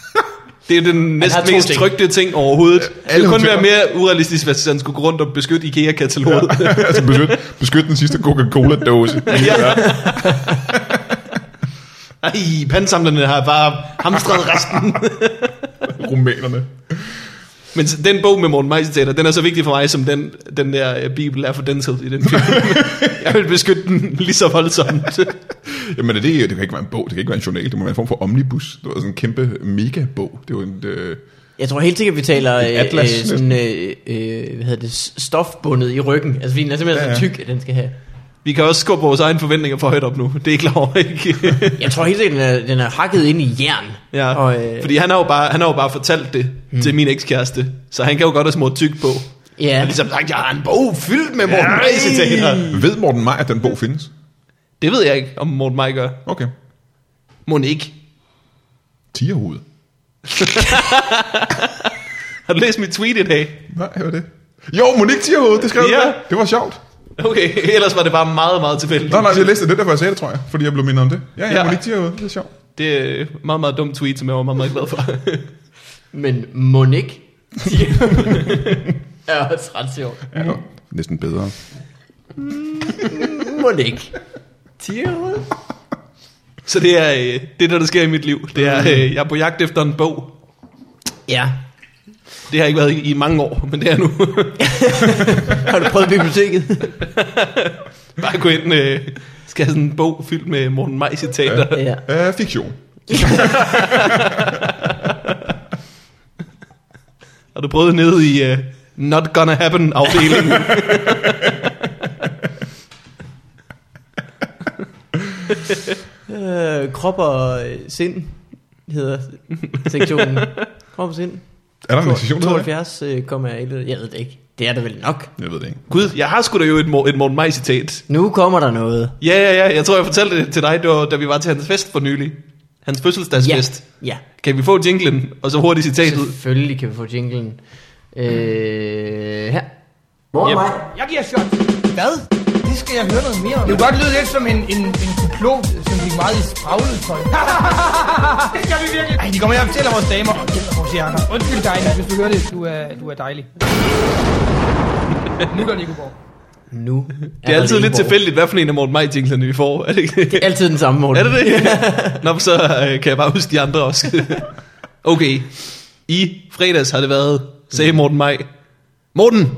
A: [LAUGHS]
B: det er den
C: har
B: næst
C: to
B: mest
C: ting.
B: trygte ting overhovedet. Det
A: alle
B: ville kun være
A: hoteller.
B: mere urealistisk, hvis han skulle gå rundt og beskytte IKEA-kataloget.
A: altså beskyt, beskyt den sidste Coca-Cola-dåse.
B: Ja. Ej, pansamlerne har bare hamstret resten.
A: Rumænerne.
B: Men så den bog med Morten Majsetater, den er så vigtig for mig, som den, den der øh, bibel er for Denzel i den film. Jeg vil beskytte den lige så voldsomt.
A: Jamen er det, det kan ikke være en bog, det kan ikke være en journal, det må være en form for omnibus. Det var sådan en kæmpe mega-bog. Det var en... Øh,
C: jeg tror helt sikkert, vi taler
A: Et
C: øh,
A: atlas,
C: øh, sådan, øh, øh, hvad hedder det, s- stofbundet i ryggen. Altså, fordi den er
A: Ja,
C: simpelthen ja,
A: ja.
C: så tyk, at den skal have.
B: Vi kan også skubbe vores egne forventninger for højt op nu. Det er klar over, ikke?
C: Jeg tror helt sikkert, den er, den er hakket ind i jern.
B: Ja,
C: Og, øh,
B: fordi han har, jo bare, han har jo bare fortalt det mm. til min ekskæreste, så han kan jo godt have smurt tyk på. Ja.
C: ja.
B: Og ligesom sagt, jeg har en bog fyldt med Morten Maj citater.
A: ved Morten Maj, at den bog findes?
B: Det ved jeg ikke, om Morten Maj gør.
A: Okay.
B: Må den ikke.
A: Tigerhoved.
B: Har du læst mit tweet i dag?
A: Nej, hvad er det? Jo, Monique Tigerhoved, det skrev
B: Ja.
A: ja. Det var sjovt.
B: Okay, [LAUGHS] ellers var det bare meget, meget tilfældigt.
A: Nej, nej, jeg læste det, det er derfor jeg sagde det, tror jeg. Fordi jeg blev mindet om det. Ja, ja,
B: Ja.
A: ja. Monique Tigerhoved, det er sjovt.
B: Det er et meget, meget dumt tweet, som jeg var meget, meget glad for. [LAUGHS]
C: Men [LAUGHS] Monique, de er også ret sjovt.
A: Ja, det
B: Mhm.
A: var næsten bedre.
C: Monique. Tierhoved.
B: så det er øh, det, er der, der sker i mit liv. Det er, øh, jeg er på jagt efter en bog.
C: Ja.
B: Det har ikke været i, i mange år, men det er nu. [LAUGHS]
C: Har du prøvet biblioteket?
B: bare gå ind, øh, skal have sådan en bog fyldt med Morten Maj citater.
C: ja.
A: Uh, fiktion.
B: Har du prøvet nede i uh, Not Gonna Happen afdelingen?
C: Øh, krop og øh, sind hedder sektionen. krop og sind.
A: Er der en sektion, der hedder det?
C: 72, øh, kommer jeg ikke. Jeg ved det ikke. Det er der vel nok.
A: Jeg ved det ikke.
B: Gud, jeg har sgu da jo et, Mor- et Morten Maj citat.
C: Nu kommer der noget.
B: Ja, ja, ja, jeg tror jeg fortalte det til dig, det var, da vi var til hans fest for nylig. Hans fødselsdagsfest. Ja.
C: Ja,
B: Kan vi få jinglen, og så hurtigt
C: ja.
B: citatet?
C: selvfølgelig kan vi få jinglen. Øh, her.
E: Morgen,
B: Yep.
E: yep.
F: Jeg giver shot.
G: Hvad? Det skal jeg høre noget mere om.
F: Det kunne godt lyde lidt som en, en, en kuklot, som gik meget i spraglet
G: [LAUGHS]
F: tøj. det gør vi virkelig. Ej, de kommer her og fortæller vores damer og gælder vores hjerner. Undskyld dig, Nat, hvis du hører det. Du er, du er dejlig. nu går Nicoborg.
C: Nu
B: Det er altid lidt
C: Ingeborg.
B: tilfældigt, hvad for en af Morten Maj-jinglerne vi får. Er det ikke det?
C: Altid den samme mål.
B: Er det det? [LAUGHS] Nå, men så øh, kan jeg bare huske de andre også. okay. I fredags har det været, sagde Morten Maj. Morten,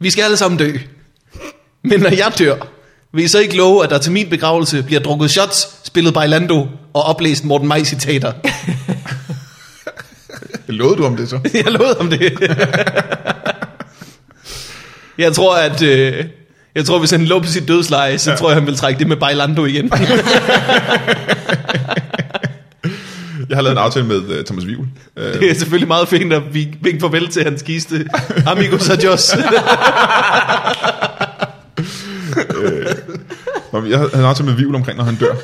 B: vi skal alle sammen dø. Men når jeg dør, vil I så ikke love, at der til min begravelse bliver drukket shots, spillet Bailando og oplæst Morten Maj-citater?
A: Lovede du om det så?
B: [LAUGHS] Jeg lovede om det. jeg tror, at... Øh, jeg tror, hvis han lå på sit dødsleje, så ja. tror jeg, han vil trække det med Bailando igen.
A: Jeg har lavet en aftale med uh, Thomas Wivel. Uh,
B: Det er selvfølgelig meget fint at vi vinke farvel til hans kiste. Amigos adios.
A: jeg havde en aftale med Wivel omkring, når han dør.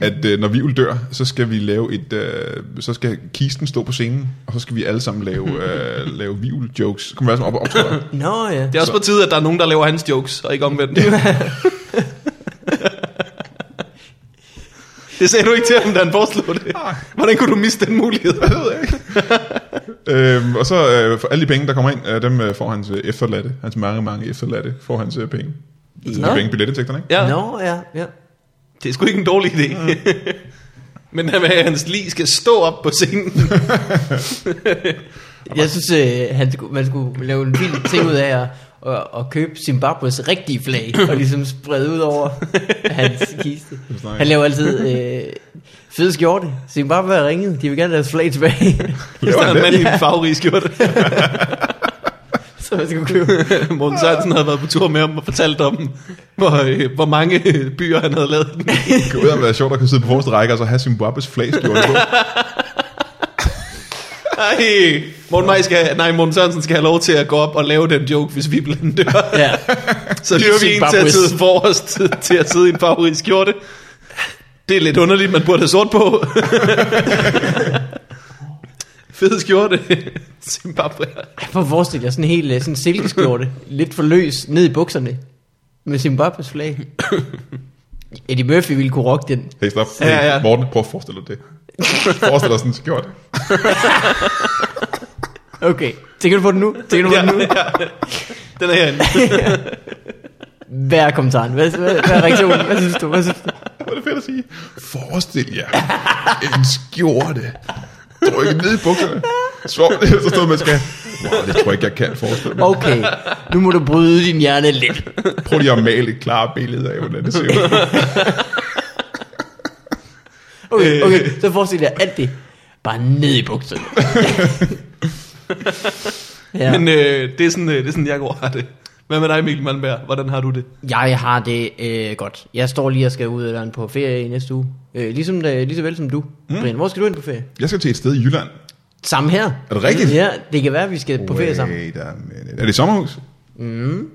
A: at uh, når Wivel dør, så skal vi lave et... Uh, så skal kisten stå på scenen, og så skal vi alle sammen lave, uh, lave Wivel-jokes. Så kommer vi alle sammen op og optræde.
C: Nå ja.
B: Det er også på tide, at der er nogen, der laver hans jokes, og ikke omvendt. Det sagde du ikke til ham, da han foreslog det. Hvordan kunne du miste den mulighed?
A: øhm, og så øh, for alle de penge, der kommer ind, øh, dem øh, får hans øh, efterladte, hans mange, mange efterladte, får hans øh, penge. Så
C: Nå.
A: de penge billetindtægterne, ikke?
B: Ja,
C: Nå ja, ja.
B: det er sgu ikke en dårlig idé. [LAUGHS] Men han vil have, at hans lig skal stå op på scenen.
C: Jeg synes, øh, han skulle, man skulle lave en vild ting ud af at, at, at købe Zimbabwe's rigtige flag, og ligesom sprede ud
B: [LAUGHS]
C: over hans kiste.
A: snakker
C: Han laver altid øh, fede skjorte. Zimbabwe har ringet, de vil gerne have deres flag tilbage.
B: Hvis der er en
A: det?
B: mand i en farverig skjorte.
C: [LAUGHS] Så man skulle købe.
B: [LAUGHS] Morten Sørensen havde været på tur med ham og fortalt om, hvor, øh, hvor mange øh, byer han havde lavet den. i.
A: Det kunne være sjovt at kunne sidde på forreste række, og så have Zimbabwe's flagskjorte på.
B: Ej, Morten, Maj skal, nej, Morten Sørensen skal have lov til at gå op og lave den joke, hvis vi bliver dør.
C: Ja.
B: [LAUGHS] Så hyrer vi en til at
C: Zimbabwe's.
B: sidde forrest, [LAUGHS] til at sidde i en farverig skjorte. Det er lidt underligt, man burde have sort på. [LAUGHS] Fed skjorte. [LAUGHS] Zimbabwe.
C: Jeg får forestillet jer sådan en hel øh, sådan en silkeskjorte, [LAUGHS] lidt for løs, ned i bukserne, med Zimbabwe's [COUGHS] flag. Eddie Murphy ville kunne rocke den.
A: Hey, stop.
B: Ja, ja.
A: Hey, Morten, prøv at forestille dig det. Forestil dig sådan en skjort.
C: Okay, tænker du på den nu? Tænker du på
B: Ja,
C: den nu?
B: ja. Den er herinde.
C: Hvad er kommentaren? Hvad, hvad, hvad er reaktionen? Hvad synes du? Hvad synes du?
A: Hvor er det fedt at sige. Forestil jer en skjorte. Drykket ned i bukserne. Svår, det er så noget, man skal. Wow, det tror jeg ikke, jeg kan forestille mig.
C: Okay, nu må du bryde din hjerne lidt.
A: Prøv lige at male et klart billede af, hvordan det ser ud.
C: Okay, okay, så forestil dig alt det. Bare ned i [LAUGHS] bukserne. ja.
B: Men
C: Men,
B: øh, det, er sådan, øh, det er sådan, jeg går og har det. Hvad med dig, Mikkel Malmberg? Hvordan har du det?
C: jeg har det øh, godt. Jeg står lige og skal ud af døren på ferie i næste uge. Øh, ligesom, da, lige så vel som du, mm. Brian. Hvor skal du ind på ferie?
A: Jeg skal til et sted i Jylland.
C: Sammen her.
A: Er det rigtigt?
C: Ja, det kan være, at vi skal på ferie sammen.
A: Wait a minute. Er det sommerhus? Mm.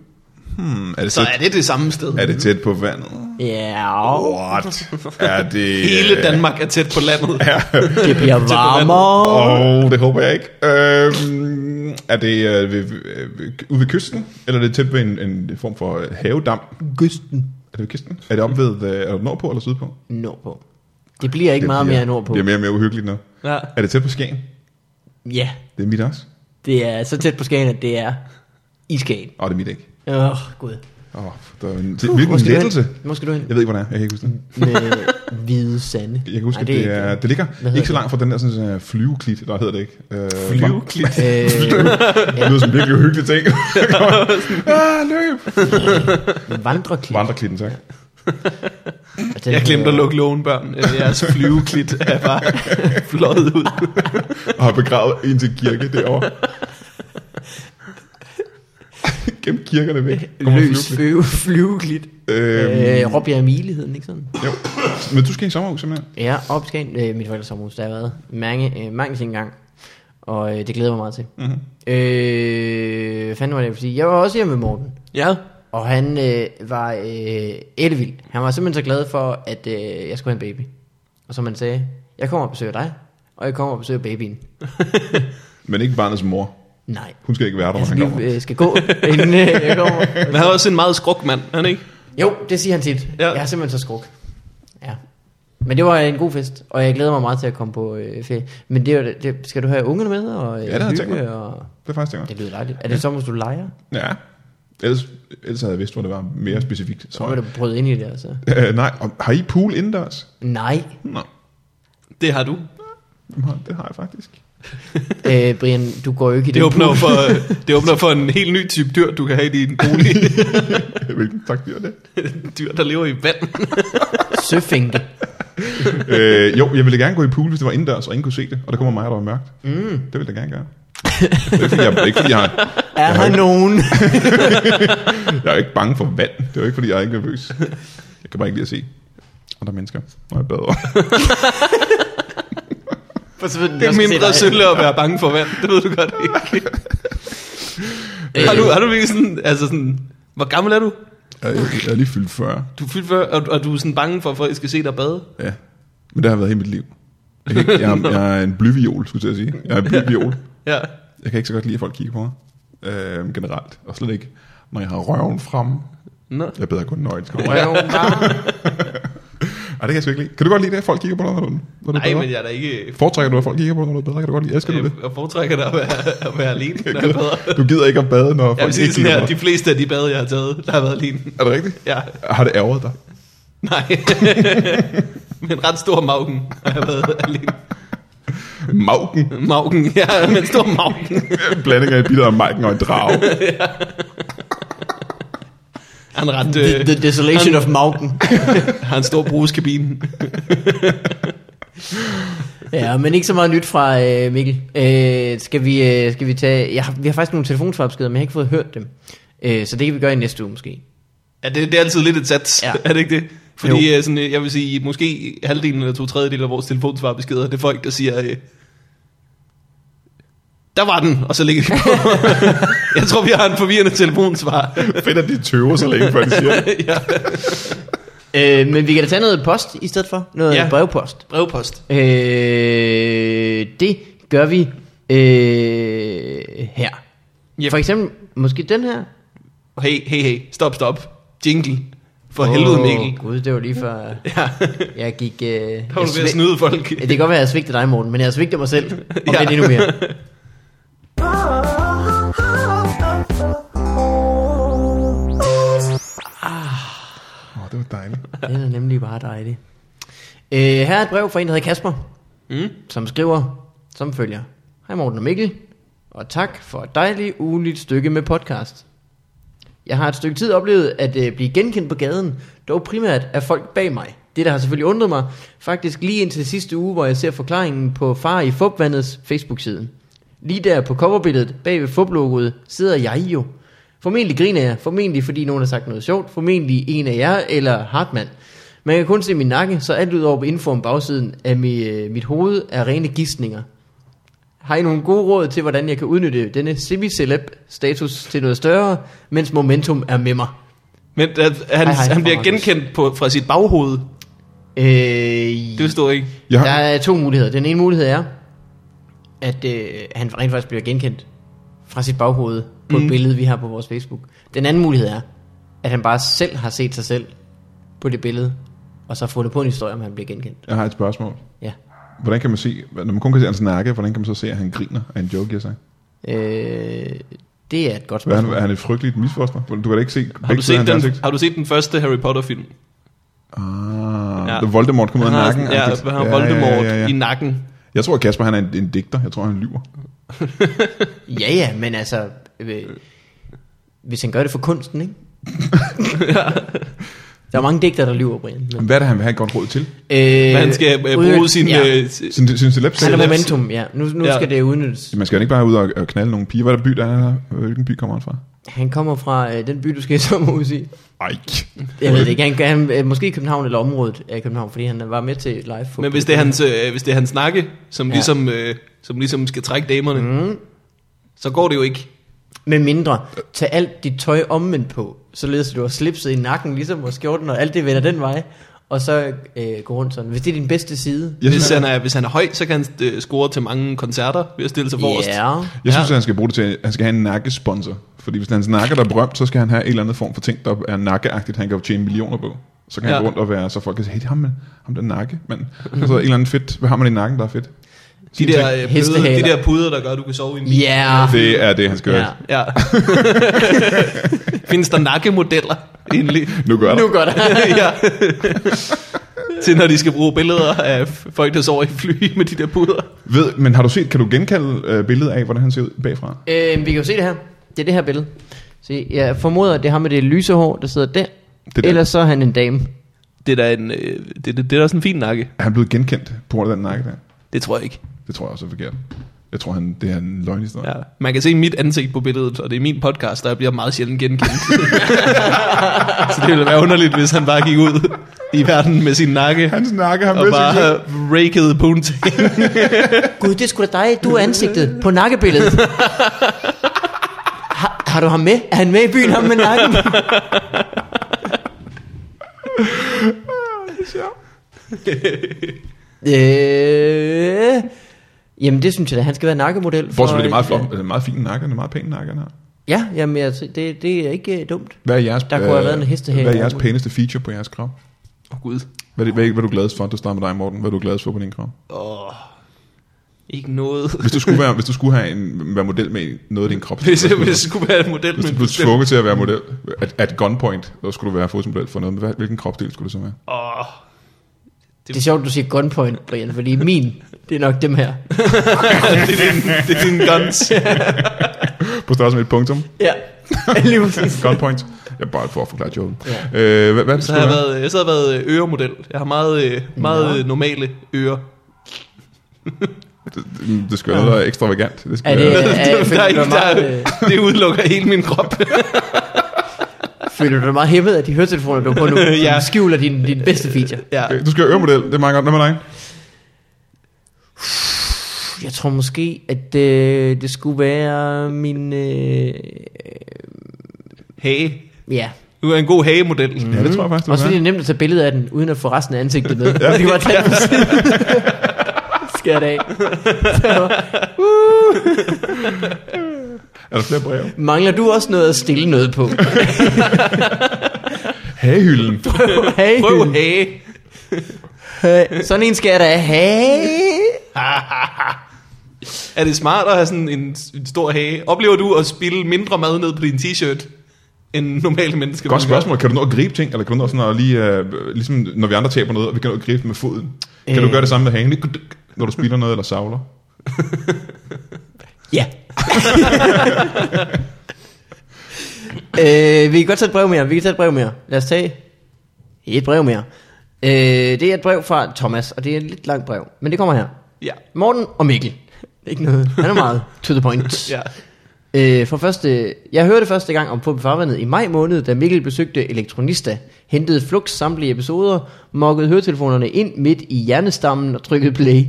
A: Hmm, er det
B: Så
A: tæt,
B: er det det samme sted.
A: er det tæt på vandet?
C: Ja, og
A: What? Er det...
B: Hele Danmark er tæt på landet. Ja.
C: det
A: [LAUGHS]
C: bliver varmere.
A: Åh, oh, det håber jeg ikke. Øhm, er det øh, ved, øh, ved- ude ved kysten, eller er det tæt ved en, en form for øh, havedam?
C: Kysten
A: Er det ved kysten? Er det om ved, øh, er det nordpå eller sydpå?
C: nordpå. Det bliver ikke det meget mere nordpå.
A: Det er mere og mere uhyggeligt nu.
B: Ja.
A: Er det tæt på Skagen?
C: Ja,
A: Det er mit også.
C: det er så tæt på Skagen, at det er i Skagen.
A: Åh, oh, det er mit ikke.
C: Åh, oh, gud.
A: Åh, oh, der er en, det, hvilken
C: skal du
A: lettelse.
C: hen? Hvor skal du hen?
A: Jeg ved ikke, hvor det er. Jeg kan ikke huske det.
C: Med hvide sande.
A: Jeg kan huske, at det, det, er, det ligger
C: hedder
A: ikke så langt fra den der sådan, uh, flyveklit, der hedder det ikke. Uh, [LAUGHS]
B: Flyveklit?
C: Øh,
A: Det lyder som en virkelig uhyggelig ting. ah, løb!
C: Øh, vandreklip. Altså,
A: Vandreklitten, tak.
B: Jeg glemte at lukke lågen, børn. Øh, Jeres flyveklit er bare [LAUGHS] fløjet ud.
A: og har begravet en til kirke derovre. Gem kirkerne væk. Kommer
C: Løs
A: flyvende.
C: flyve, flyveklit. Øh,
A: Øhm,
C: Råb jeg Emilieheden, ikke sådan?
A: jo. Men du skal i sommerhus simpelthen.
C: Ja, op i Skagen, øh, mit forældres sommerhus, der har jeg været mange, øh, mange ting engang. Og øh, det glæder jeg mig meget til.
A: Mhm.
C: Mm-hmm. Øh, hvad fanden var det, jeg ville sige? Jeg var også hjemme med Morten.
B: Ja.
C: Og han øh, var øh, ellevild. Han var simpelthen så glad for, at øh, jeg skulle have en baby. Og som man sagde, jeg kommer og besøger dig, og jeg kommer og besøger babyen.
A: Men ikke barnets mor.
C: Nej.
A: Hun skal ikke være der, når
C: Altså,
A: han kommer.
C: vi øh, skal gå, inden øh, jeg kommer.
B: Men han er også en meget skruk mand, er han ikke?
C: Jo, det siger han tit.
B: Ja.
C: Ja. Jeg er simpelthen så skruk. Ja. Men det var en god fest, og jeg glæder mig meget til at komme på øh, ferie. Men det, er jo- det, skal du have ungerne med, og øh,
A: Ja, det har jeg tænkt
C: hygge,
A: mig.
C: og
A: Det er faktisk tænker.
C: det lyder dejligt. Er det så, hvis du leger?
A: jeg. Ja. Ellers, ellers havde jeg vidst, hvor det var mere specifikt.
C: Så
A: tror
C: var
A: jeg.
C: du prøvet ind i det, altså.
A: Øh, nej, og har I pool indendørs?
C: Nej.
A: Nej,
B: Det har du.
A: det har jeg faktisk. [LAUGHS]
C: Øh, Brian, du går jo ikke i
B: Det
C: den
B: åbner,
C: pool.
B: for, øh, det åbner for en helt ny type dyr, du kan have i din bolig.
A: Hvilken taktik er det?
B: dyr, der lever i vand.
C: Søfænke.
A: øh, jo, jeg ville gerne gå i pool, hvis det var indendørs, og ingen kunne se det. Og der kommer mig, der var mørkt. Mm. Det ville jeg gerne gøre. Det er ikke, fordi jeg, ikke fordi jeg, har-
C: Er
A: har
C: der
A: ikke- [LAUGHS]
C: nogen?
A: jeg er ikke bange for vand. Det er jo ikke, fordi jeg er ikke nervøs. Jeg kan bare ikke lide at se andre mennesker, når jeg bader.
C: For så ved den,
B: Det
C: jeg
B: er
C: skal se
B: mindre
C: dig.
B: synd at være bange for vand, det ved du godt ikke. har, du, har du virkelig sådan, altså sådan, hvor gammel er du?
A: jeg, er- jeg er lige fyldt 40.
B: Du er fyldt før, og, og du er sådan bange for, at folk skal se dig bade.
A: Ja, men det har været hele mit liv. Jeg, kan ikke, jeg, er- jeg er en blyviol, skulle jeg til at sige. Jeg er en blyviol.
B: Ja.
A: Jeg kan ikke så godt lide, at folk kigger på mig. Øh, generelt. Og slet ikke, når jeg har røven frem.
B: Nå.
A: Jeg beder kun nøjes. Ej,
C: Røven bare.
A: det kan jeg sgu ikke lide. Kan du godt lide det, at folk kigger på dig, når du, når du
B: Nej,
A: bader?
B: men jeg er da ikke...
A: Foretrækker du, at folk kigger på dig, når du bader? Kan du godt lide? Elsker du det?
B: Jeg foretrækker dig at være, at være alene, når jeg bader.
A: Du gider ikke at bade, når
B: Jeg vil
A: folk
B: sige
A: ikke
B: sådan
A: kigger
B: her,
A: på
B: de
A: dig.
B: fleste af de bade, jeg har taget, der har været alene.
A: Er det rigtigt?
B: Ja,
A: Har det ærget dig?
B: nej. men ret stor mauken har jeg været alene.
A: Mauken.
B: Mauken, ja, men stor mauken.
A: [LAUGHS] En blanding af et bitter og marken og en drage.
B: Han er ret... øh,
C: The, the desolation of mountain.
B: har en stor brugskabine.
C: Ja, men ikke så meget nyt fra øh, Mikkel. Øh, skal, vi, øh, skal vi tage... Jeg har, vi har faktisk nogle telefonsvarbeskeder, men jeg har ikke fået hørt dem. Øh, så det kan vi gøre i næste uge måske.
B: Ja, det, det er altid lidt et sats, ja.
C: Ja.
B: er det ikke det?
C: Jo.
B: Fordi øh, sådan, øh, jeg vil sige, måske halvdelen eller to tredjedel af vores telefonsvarbeskeder, det er folk, der siger, øh, der var den, og så ligger de på. jeg tror, vi har en forvirrende telefonsvar. [LAUGHS]
A: Fedt, at de tøver så længe, før de siger det.
B: ja.
C: Øh, men vi kan da tage noget post i stedet for. Noget
B: Ja.
C: ja. brevpost.
B: Brevpost.
C: Øh, det gør vi øh, her.
B: Yep.
C: Yep. For eksempel måske den her.
B: Hey, hey, hey, stop, stop. Jingle. For oh. helvede, Mikkel.
C: Gud, det var lige før
B: [LAUGHS] Ja,
C: jeg gik... Øh, jeg
B: der var du ved at
C: svig-
B: snyde folk. [LAUGHS]
C: Ja, det kan godt være, at jeg svigtede dig, Morten, men jeg svigter mig selv. Og
B: Ja.
C: ja. endnu mere.
D: Ah, Oh,
A: Åh, oh, det var dejligt.
C: Det er nemlig bare dejligt. Øh, her er et brev fra en, der hedder Kasper,
B: Mm.
C: som skriver, som følger. Hej Morten og Mikkel, og tak for et dejligt ugenligt stykke med podcast. Jeg har et stykke tid oplevet at øh, blive genkendt på gaden, dog primært af folk bag mig. Det, der har selvfølgelig undret mig, faktisk lige indtil sidste uge, hvor jeg ser forklaringen på Far i Fubvandets Facebook-side. Lige der på coverbilledet bag ved Fub-logoet sidder jeg jo. Formentlig griner jeg, formentlig fordi nogen har sagt noget sjovt, formentlig en af jer eller Hartmann. Man kan kun se min nakke, så alt ud over på info om bagsiden af mi, øh, mit hoved er rene gissninger. Har I nogle gode råd til, hvordan jeg kan udnytte denne semi-celeb status til noget større, mens momentum er med mig?
B: Men uh, han,
C: Hej, hej,
B: han bliver
C: Markus.
B: genkendt på, fra sit baghoved.
C: Øh,
B: Det forstår jeg ikke.
A: Jeg
C: Der
A: har,
C: er to muligheder. Den ene mulighed er, at øh, han rent faktisk bliver genkendt fra sit baghoved på mm. et billede, vi har på vores Facebook. Den anden mulighed er, at han bare selv har set sig selv på det billede, og så har fundet på en historie, om han bliver genkendt.
A: jeg har et spørgsmål.
C: Ja.
A: Hvordan kan man se, når man kun kan se hans nakke, hvordan kan man så se, at han griner af en joke, jeg sagde?
C: Øh, det er et godt
A: Hvad, er,
C: spørgsmål.
A: han, er han et frygteligt misfoster? Du kan da ikke se
B: Har du, set den,
A: ansigt.
B: har du set den første Harry Potter-film?
A: Ah,
B: Ja.
A: ja. Voldemort kommer ud
B: Han
A: af
B: har,
A: nakken.
B: sådan, ja,
A: Han kan-
B: han har Voldemort
A: ja, ja, ja.
B: i nakken.
C: Øh,
A: Jeg tror, at Kasper han er en, en digter. Jeg tror, han lyver.
C: Ja, ja, men altså... Øh, hvis han gør det for kunsten, ikke? Der er mange digter, der lyver, Brian. Men,
A: Hvad er det, han vil have et godt råd til?
C: øh,
B: Men han skal øh,
C: udnytte-
B: bruge sin...
C: Ja.
B: Øh, s-
A: Sin, sin celeb
C: Han er
A: selv?
C: momentum, ja. Nu, nu
B: Ja.
C: ja. skal det udnyttes.
A: Man skal jo ikke bare ud og, og knalde nogle piger. Hvad er der by, der er her? Hvilken by kommer han fra?
C: Han kommer fra øh, den by, du skal i sommerhus i.
A: Ej.
C: Jeg ved det ikke. Han, han, øh, måske i København eller området af København, fordi han var med til live. for-
B: men hvis det, er hans, øh, hvis det er hans nakke, som, ja.
C: Ja.
B: ligesom, øh, som ligesom skal trække damerne, mm. så går det jo ikke.
C: Med mindre, tag alt dit tøj omvendt på, således at du har slipset i nakken, ligesom vores skjorten, og alt det vender den vej. og så øh, gå rundt sådan. Hvis det er din bedste side.
A: Jeg
B: Hvis
A: synes,
B: han,
A: han,
B: er, hvis han er høj, så kan han øh, score til mange koncerter ved at stille sig forrest.
C: Ja.
A: jeg synes, han skal bruge det til, han skal have en nakkesponsor. Fordi hvis hans nakke der er berømt, så skal han have en eller anden form for ting, der er nakkeagtigt, han kan jo tjene millioner på. Så kan ja.
B: Ja.
A: han gå rundt og være, så folk kan sige, hey, det er ham, med, ham der nakke, mand. Så er en eller anden fedt, hvad har man i nakken, der er fedt?
B: De der, øh, puder,
C: Hestehaler.
B: de der puder, der gør, at du kan sove i en bil.
C: Ja.
A: Det er det, han skal ja.
C: ja.
A: have.
B: Ja. [LAUGHS] Findes der nakkemodeller egentlig?
A: Nu gør det.
C: Nu går der.
B: [LAUGHS]
C: [LAUGHS]
B: ja. [LAUGHS] Til når de skal bruge billeder af folk, der sover i fly med de der puder.
A: Ved, men har du set, kan du genkalde øh, billedet af, hvordan han ser ud bagfra?
C: øh, vi kan jo se det her. Det er det her billede. Så jeg formoder, at det er ham med det lyse hår, der sidder der.
A: der.
C: Det der. Ellers så er han en dame.
B: Det er da en, øh, det, det, det er da sådan en fin nakke.
A: Er han blevet genkendt på grund af den nakke der?
B: Det tror jeg ikke.
A: Det tror jeg også er forkert. Jeg tror, han, det er en løgnhistorie.
B: Ja. Man kan se mit ansigt på billedet, og det er min podcast, der bliver meget sjældent [LAUGHS] genkendt. så det ville være underligt, hvis han bare gik ud i verden med sin nakke
A: Hans nakke har
B: og
A: med sig
B: bare
A: selv.
B: rakede poontang.
C: Gud, det er sgu da dig. Du er ansigtet på
A: [LAUGHS]
C: nakkebilledet. Har, har du ham med? Er han med i byen, ham med
A: [LAUGHS]
C: nakken? øh, jamen, det synes jeg da. Han skal være nakkemodel.
A: Bortset fra, det er meget, flot, det er meget fin nakke, det er meget pæn nakke, han har.
C: Ja, jamen, jeg, det, det er ikke øh, dumt.
A: Hvad er jeres,
C: Der kunne have været en hestehale.
A: Hvad er jeres pæneste feature på jeres krop?
B: Åh oh, gud.
A: Hvad er, det, hvad, er- hvad er du gladest for? Du starter med dig, Morten. Hvad er du gladest for på din krop?
B: Åh. Ikke noget.
A: Hvis du skulle være, hvis du skulle have en, være model med noget af din krop.
B: [LAUGHS] Hvis jeg, hvis
A: hvis,
B: jeg skulle være en model,
A: hvis du
B: men
A: blev tvunget til at være model, at, at gunpoint, så skulle du være fotomodel for noget. Men hvad, hvilken kropsdel skulle du så være?
B: Åh. [LAUGHS]
C: Det er sjovt, du siger gunpoint, Brian, fordi min, det er nok dem her.
B: det, er din, det er din
A: [LAUGHS]
B: guns.
A: På størrelse med et punktum.
C: Ja, [LAUGHS] lige præcis.
A: Gunpoint. Jeg bare for at forklare joken.
C: Ja.
A: Ja. Øh, hvad, hvad
B: Så
A: skulle
B: har
A: du
B: jeg,
A: være?
B: været, så har jeg været øh, øremodel. Jeg har meget, øh, meget øh, normale ører.
A: Det, det skal være noget der er ekstravagant. Det skal
C: Er det-
A: være-
C: Ja, jeg føler,
B: [LAUGHS] der, er
C: det
B: ikke,
C: var meget, øh,
B: der, [LAUGHS] det udelukker hele min krop.
C: Føler du dig meget hæmmet af de høretelefoner, du har på
B: [LAUGHS]
C: nu?
B: Ja.
C: ja. skjuler din, din bedste feature.
A: [LAUGHS]
B: ja.
A: Okay, du skal være øremodel. Det er meget godt. Hvad med dig?
C: Puh, Jeg tror måske, at øh, det skulle være min... Øh,
B: Hage.
C: ja.
B: Du er en god hagemodel.
A: Ja, det tror jeg faktisk, du vil
C: Også fordi det
A: være.
C: er nemt at tage billeder af den, uden at få resten af ansigtet med.
B: [LAUGHS]
C: ja. Du kan bare tage den på [LAUGHS] siden. Skært af. Så,
A: Er der flere brev?
C: mangler du også noget at stille noget
B: [LAUGHS]
C: på?
A: Hagehylden.
C: Hey.
B: [LAUGHS] Prøv hage.
C: Hey. Sådan en skal jeg da have.
B: Er det smart at have sådan en, en stor hage? Oplever du at spille mindre mad ned på din t-shirt, end normale mennesker?
A: Godt
B: vil gøre?
A: spørgsmål. Kan du nå at gribe ting, eller kan du nå sådan at lige, øh, ligesom når vi andre taber noget, og vi kan nå at gribe med foden? Kan du
C: Øh.
A: gøre det samme med hagen, Lige kuduk, når du spiller noget eller savler?
C: Ja. [LAUGHS] øh, vi kan godt tage et brev mere. Vi kan tage et brev mere. Lad os tage et brev mere. Øh, det er et brev fra Thomas, og det er et lidt langt brev. Men det kommer her.
B: Ja.
C: Morten og Mikkel. Ikke noget. Han er [LAUGHS] meget to the point.
B: ja.
C: Øh, for første, jeg hørte første gang om Pumpe Farvandet i maj måned, da Mikkel besøgte Elektronista, hentede Flux samtlige episoder, mokkede høretelefonerne ind midt i hjernestammen og trykkede play.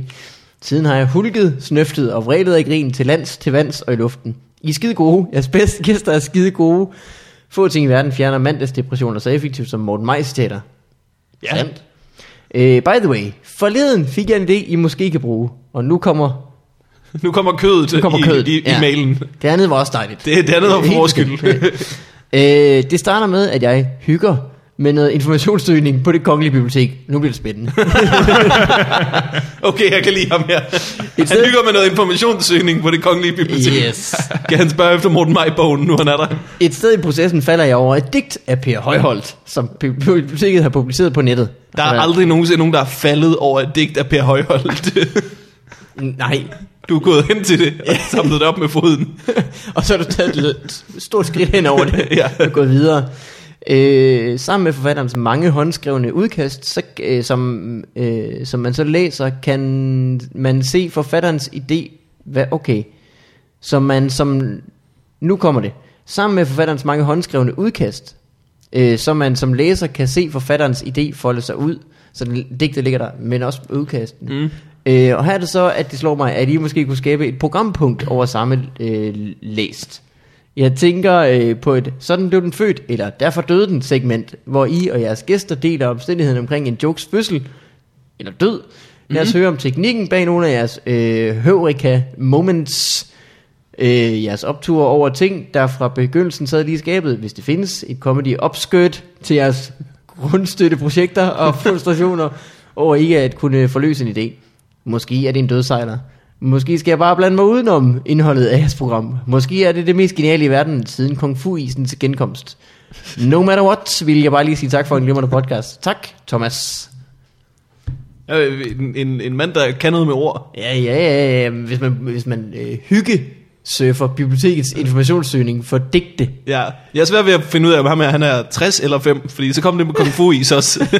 C: Siden har jeg hulket, snøftet og vrælet af grin til lands, til vands og i luften. I er skide gode. Jeres bedste [LAUGHS] gæster er skide gode. Få ting i verden fjerner mandagsdepressioner så effektivt som Morten Maj citater.
B: Ja.
C: Sandt. Øh, by the way, forleden fik jeg en idé, I måske kan bruge. Og nu kommer,
B: Nu kommer kødet,
C: nu kommer
B: i,
C: kødet.
B: i, i
C: Ja.
B: mailen.
C: Det andet var også dejligt.
B: Det, det andet var for
C: Helt
B: vores skyld.
C: bestemt. øh, det starter med, at jeg hygger med noget informationssøgning på det kongelige bibliotek. Nu bliver det
B: [LAUGHS]
C: spændende.
B: Okay, jeg kan lide ham her. Han
C: sted-
B: hygger med noget informationssøgning på det kongelige bibliotek.
C: Yes.
B: Kan han spørge efter Morten Majbogen, nu han er der?
C: Et sted i processen falder jeg over et digt af Per Højholdt, som biblioteket har publiceret på nettet. Altså,
B: Der er aldrig nogensinde nogen, der er faldet over et digt af Per Højholdt.
C: Nej.
B: Du er gået hen til det og samlet det op med foden.
C: og så har du taget et lidt stort skridt hen over det
B: Ja.
C: og gået videre. Øh, sammen med forfatterens mange håndskrevne udkast, så, øh, som, øh, som man så læser, kan man se forfatterens idé. Hvad, okay. Som man som... Nu kommer det. Sammen med forfatterens mange håndskrevne udkast, øh, så man som læser kan se forfatterens idé folde sig ud. Så den digte ligger der, men også udkasten. Mm. Øh, og her er det så, at det slår mig, at I måske kunne skabe et programpunkt over samme øh, læst. Jeg tænker øh, på et sådan blev den født, eller derfor døde den segment, hvor I og jeres gæster deler omstændigheden omkring en jokes fødsel, eller død. Lad os mm-hmm. høre om teknikken bag nogle af jeres øh, høvrika moments, øh, jeres opture over ting, der fra begyndelsen sad lige i skabet, hvis det findes, et comedy opskødt til jeres grundstøtteprojekter [LAUGHS] og frustrationer over ikke at kunne forløse en idé. Måske er det en dødsejler. Måske skal jeg bare blande mig udenom indholdet af jeres program. Måske er det det mest geniale i verden siden Kung Fu-isens genkomst. No matter what, vil jeg bare lige sige tak for en glimrende podcast. Tak, Thomas.
B: Øh, En, en, en mand, der kan noget med ord.
C: Ja, ja, ja, ja. Hvis man, hvis man øh, hygge surfer bibliotekets informationssøgning for digte.
B: Ja. Jeg er svært ved at finde ud af, om ham her, han er 60 eller 5, fordi så kom det med kung fu is også.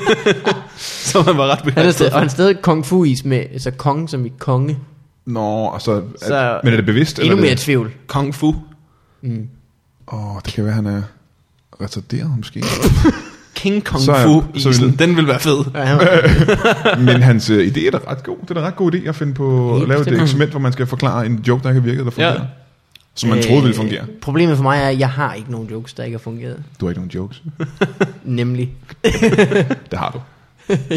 B: så man var ret
C: Han er stadig,
B: begejstret.
C: og han er stadig kung fu is med, altså kong som i konge.
A: Nå, altså, og så,
C: Så-
A: så men er det bevidst?
C: Endnu
A: eller
C: mere
A: er
C: i
A: det-
C: tvivl.
B: Kung fu.
A: Åh, oh, det kan være, han er retarderet måske. [LAUGHS]
B: King Kung
A: Så er-
B: Fu
A: så er
B: isen.
A: det-
B: Den vil være fed.
C: Ja, han-
A: Men hans øh, idé er da ret god. Det er da ret god idé at finde på at
C: Helt
A: lave et
C: bestemt.
A: eksperiment, hvor man skal forklare en joke, der kan virke, der fungerer.
B: Ja.
A: Ja. Som man øh, troede ville fungere.
C: Øh, Problemet for mig er, at jeg har ikke nogen jokes, der ikke har fungeret.
A: Du har ikke nogen jokes.
C: Nemlig.
A: [LAUGHS] Det har du.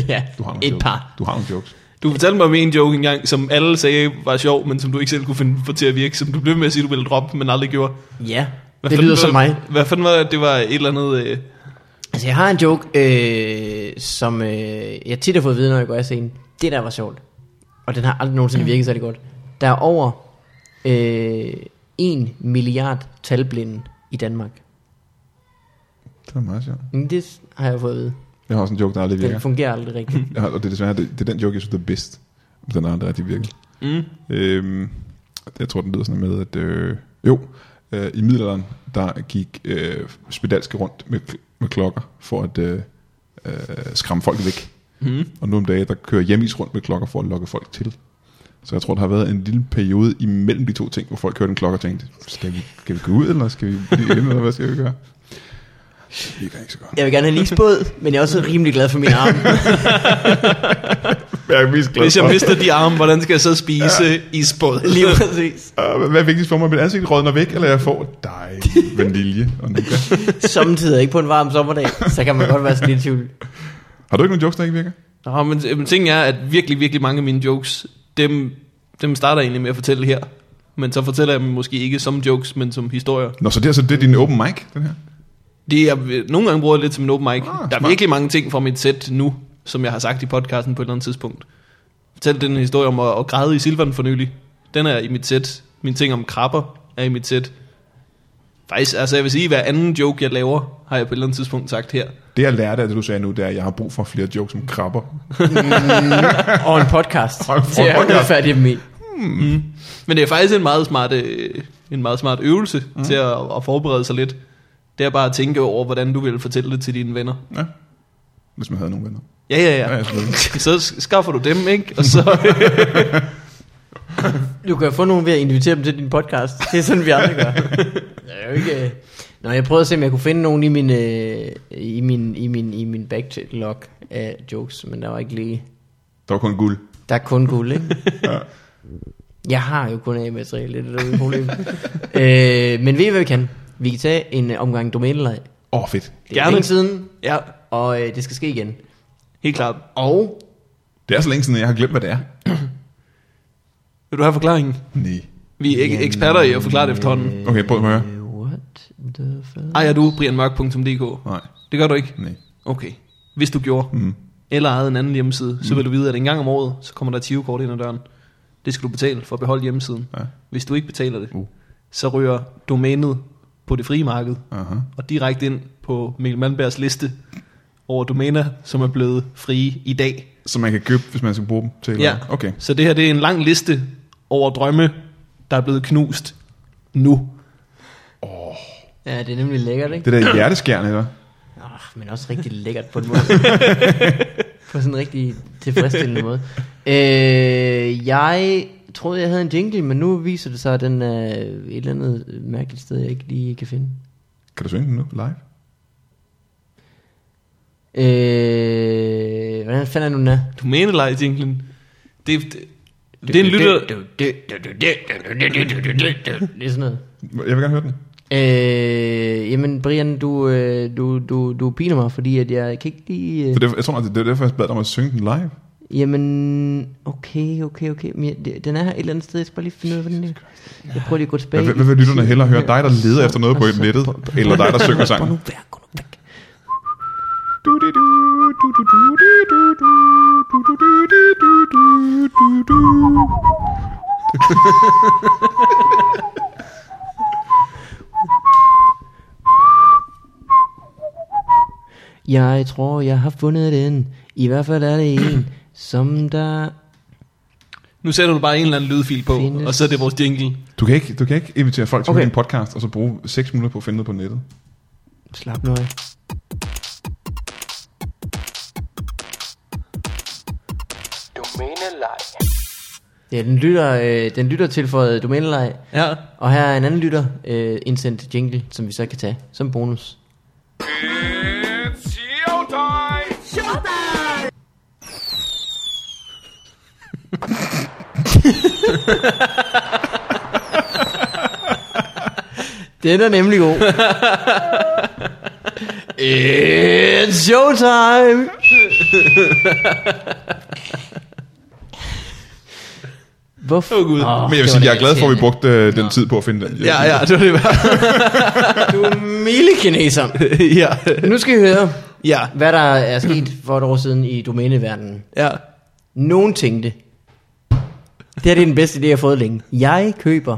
C: ja,
A: Du har nogle
C: et
A: jokes.
C: par.
A: Du har nogle jokes.
B: Du fortalte mig om en joke engang, som alle sagde var sjov, men som du ikke selv kunne finde for til at virke, som du blev med at sige, du ville droppe, men aldrig gjorde.
C: Ja,
B: Hvad
C: det
B: fanden
C: lyder
B: var-
C: som mig.
B: Hvad fanden var det? Det var et eller andet... Øh,
C: Altså, jeg har en joke, øh, som øh, jeg tit har fået at vide, når jeg går af scenen. Det der var sjovt. Og den har aldrig
A: Mm.
C: nogensinde virket særlig godt. Der er over øh, 1 milliard talblinde i Danmark.
A: Det er meget sjovt.
C: Men det har jeg fået at vide.
A: Jeg har også en joke, der aldrig
C: Den
A: virker.
C: fungerer aldrig rigtigt.
A: Jeg har, og det er desværre det, det er den joke, jeg synes, der er bedst. Den andre rigtig virker.
B: mm,
A: Øhm, jeg tror, den lyder sådan med, at øh, jo, øh, i middelalderen, der gik øh, spedalske rundt med, kl- med klokker for at øh, øh, skræmme folk væk.
B: mm.
A: Og nu om dagen, der kører hjemvis rundt med klokker for at lokke folk til. Så jeg tror, der har været en lille periode imellem de to ting, hvor folk hørte en klokke og tænkte, skal vi, skal vi gå ud, eller skal vi blive inde, eller hvad skal vi gøre? Det kan ikke så godt.
C: Jeg vil gerne have en isbåd, men jeg er også rimelig glad for min arm.
A: Jeg er mest glad
B: Hvis jeg
A: for.
B: mister de arme, hvordan skal jeg så spise ja. isbåd?
A: [LAUGHS]
C: Lige præcis.
A: Ah, Hvad er vigtigst for mig? Mit ansigt rådner væk, eller jeg får
B: [LAUGHS]
A: dig, vanilje? Og nogle
C: Samtidig ikke på en varm sommerdag, så kan man godt være sådan lidt i tvivl.
A: Har du ikke nogen jokes, der ikke virker?
B: [LAUGHS] Nå, men, øh, men ting er, at virkelig, virkelig mange af mine jokes, dem, dem starter jeg egentlig med at fortælle her. Men så fortæller jeg dem måske ikke som jokes, men som historier.
A: Nå, så det er, så det er din open mic, den her?
B: Det er, øh, nogle gange bruger jeg lidt som en open mic. Ah, der er
A: smart.
B: virkelig mange ting fra mit sæt nu, som jeg har sagt i podcasten på et eller andet tidspunkt. Fortæl den historie om at, at græde i silveren for nylig. Den er i mit sæt. Min ting om krabber er i mit sæt. Faktisk, altså jeg vil sige, hver anden joke, jeg laver, har jeg på et eller andet tidspunkt sagt her.
A: Det jeg lærte af det, du sagde nu, det er, at jeg har brug for flere jokes om krabber.
C: Og en podcast.
A: Og en
C: Så jeg er
A: podcast.
C: færdig med.
B: Men det er faktisk en meget smart, øh, en meget smart øvelse mm. til at, at forberede sig lidt. Det er bare at tænke over, hvordan du vil fortælle det til dine venner.
A: Ja. Hvis man havde nogle venner.
B: Ja, ja,
A: Ja,
B: ja.
A: ja, selvfølgelig.
B: [LAUGHS] Så skaffer du dem, ikke? Og
A: [LAUGHS]
B: så,
C: Du kan jo få nogen ved at invitere dem til din podcast. Det er sådan, vi andre
A: [LAUGHS]
C: gør. Det er jo ikke... øh, Nå, jeg prøvede at se, om jeg kunne finde nogen i min, øh, i min, i min, i min backlog af jokes, men der var ikke lige...
A: Der var kun guld.
C: Der er kun guld, ikke?
A: [LAUGHS]
C: Jeg har jo kun A-materiale, det er det der er problemet. øh, men ved I, hvad vi kan? Vi kan tage en øh, omgang domæneleg. Det
A: Åh, oh, fedt.
C: er
B: Gerne.
C: længe siden,
B: ja,
C: og øh, det skal ske igen.
B: helt klart.
C: Og
A: Det er så længe siden, jeg har glemt, hvad det er.
B: Vil du have forklaringen?
A: Nej.
B: Vi er ikke
C: Jamen,
B: eksperter i at
A: øh,
B: forklare det efterhånden.
A: Okay, prøv at høre.
C: øh, what the fuck?
B: Ejer du brianmørk.dk?
A: Nej,
B: Det gør du ikke?
A: nej.
B: Okay. Hvis du gjorde,
A: Mm.
B: eller ejede en anden hjemmeside, så vil du vide, at en gang om året, så kommer der et 20-kort ind ad døren. Det skal du betale for at beholde hjemmesiden.
A: Ja.
B: Hvis du ikke betaler det,
A: Uh.
B: så ryger domænet på det frie marked,
A: Aha.
B: og direkte ind på Mikkel Malmbergs liste over domæner, som er blevet frie i dag.
A: Så man kan købe, hvis man skal bruge dem til et eller
B: Ja.
A: andet. Okay.
B: Så det her det er en lang liste over drømme, der er blevet knust nu.
C: Ja, det er nemlig lækkert, ikke?
A: Det der hjerteskærende, eller?
C: Oh, men også rigtig lækkert på en [LAUGHS] måde. på sådan en rigtig tilfredsstillende måde. Øh, jeg troede, jeg havde en jingle, men nu viser det sig, at den er et eller andet mærkeligt sted, jeg ikke lige kan finde.
A: Kan du synge den nu live?
C: Øh, hvordan fanden er nu den her?
B: Domænelejjinglen. Det, det, det er en lytter...
C: Det er sådan noget.
A: Jeg vil gerne høre den.
C: Øh, jamen Brian, du, øh, du, du, du piner mig, fordi at jeg kan ikke lige... Øh,
A: Det er derfor, jeg tror, at det er derfor, jeg bad dig om at synge den live.
C: jamen, okay, okay, okay. Men jeg, det- den er her et eller andet sted, jeg skal bare lige finde ud af, hvordan den er. Jeg prøver lige at gå tilbage.
A: Hvad, hvad vil lytterne hellere høre? Dig, der leder efter noget på nettet, eller dig, der synger sangen?
C: Gå nu væk, gå nu væk. Jeg tror, jeg har fundet den. I hvert fald er det en, som der...
B: Nu sætter du bare en eller anden lydfil på,
C: Findes.
B: og så er det vores jingle.
A: Du kan ikke, du kan ikke invitere folk til
C: Okay.
A: okay. en podcast, og så bruge 6 minutter på at finde noget på nettet.
C: Slap nu af.
E: Domænelej.
C: Ja, den lytter, øh, den lytter tilføjet domænelej,
B: Ja.
C: og her er en anden lytter øh, indsendt jingle, som vi så kan tage som bonus. Den er nemlig god. It's showtime! Hvorfor?
B: Åh, Gud.
C: Åh,
A: Men jeg vil
C: det
A: sige,
C: var
A: jeg er
C: da
A: glad for, at vi
C: irriterende.
A: brugte øh, den tid på at finde den.
B: Ja, ja, det var det bare.
C: Du er milekineser.
B: [LAUGHS] ja.
C: Nu skal I høre,
B: Ja.
C: hvad der er sket for et år siden i domæneverdenen.
B: Ja.
C: Nogen tænkte, det her det er den bedste idé, jeg har fået længe. Jeg køber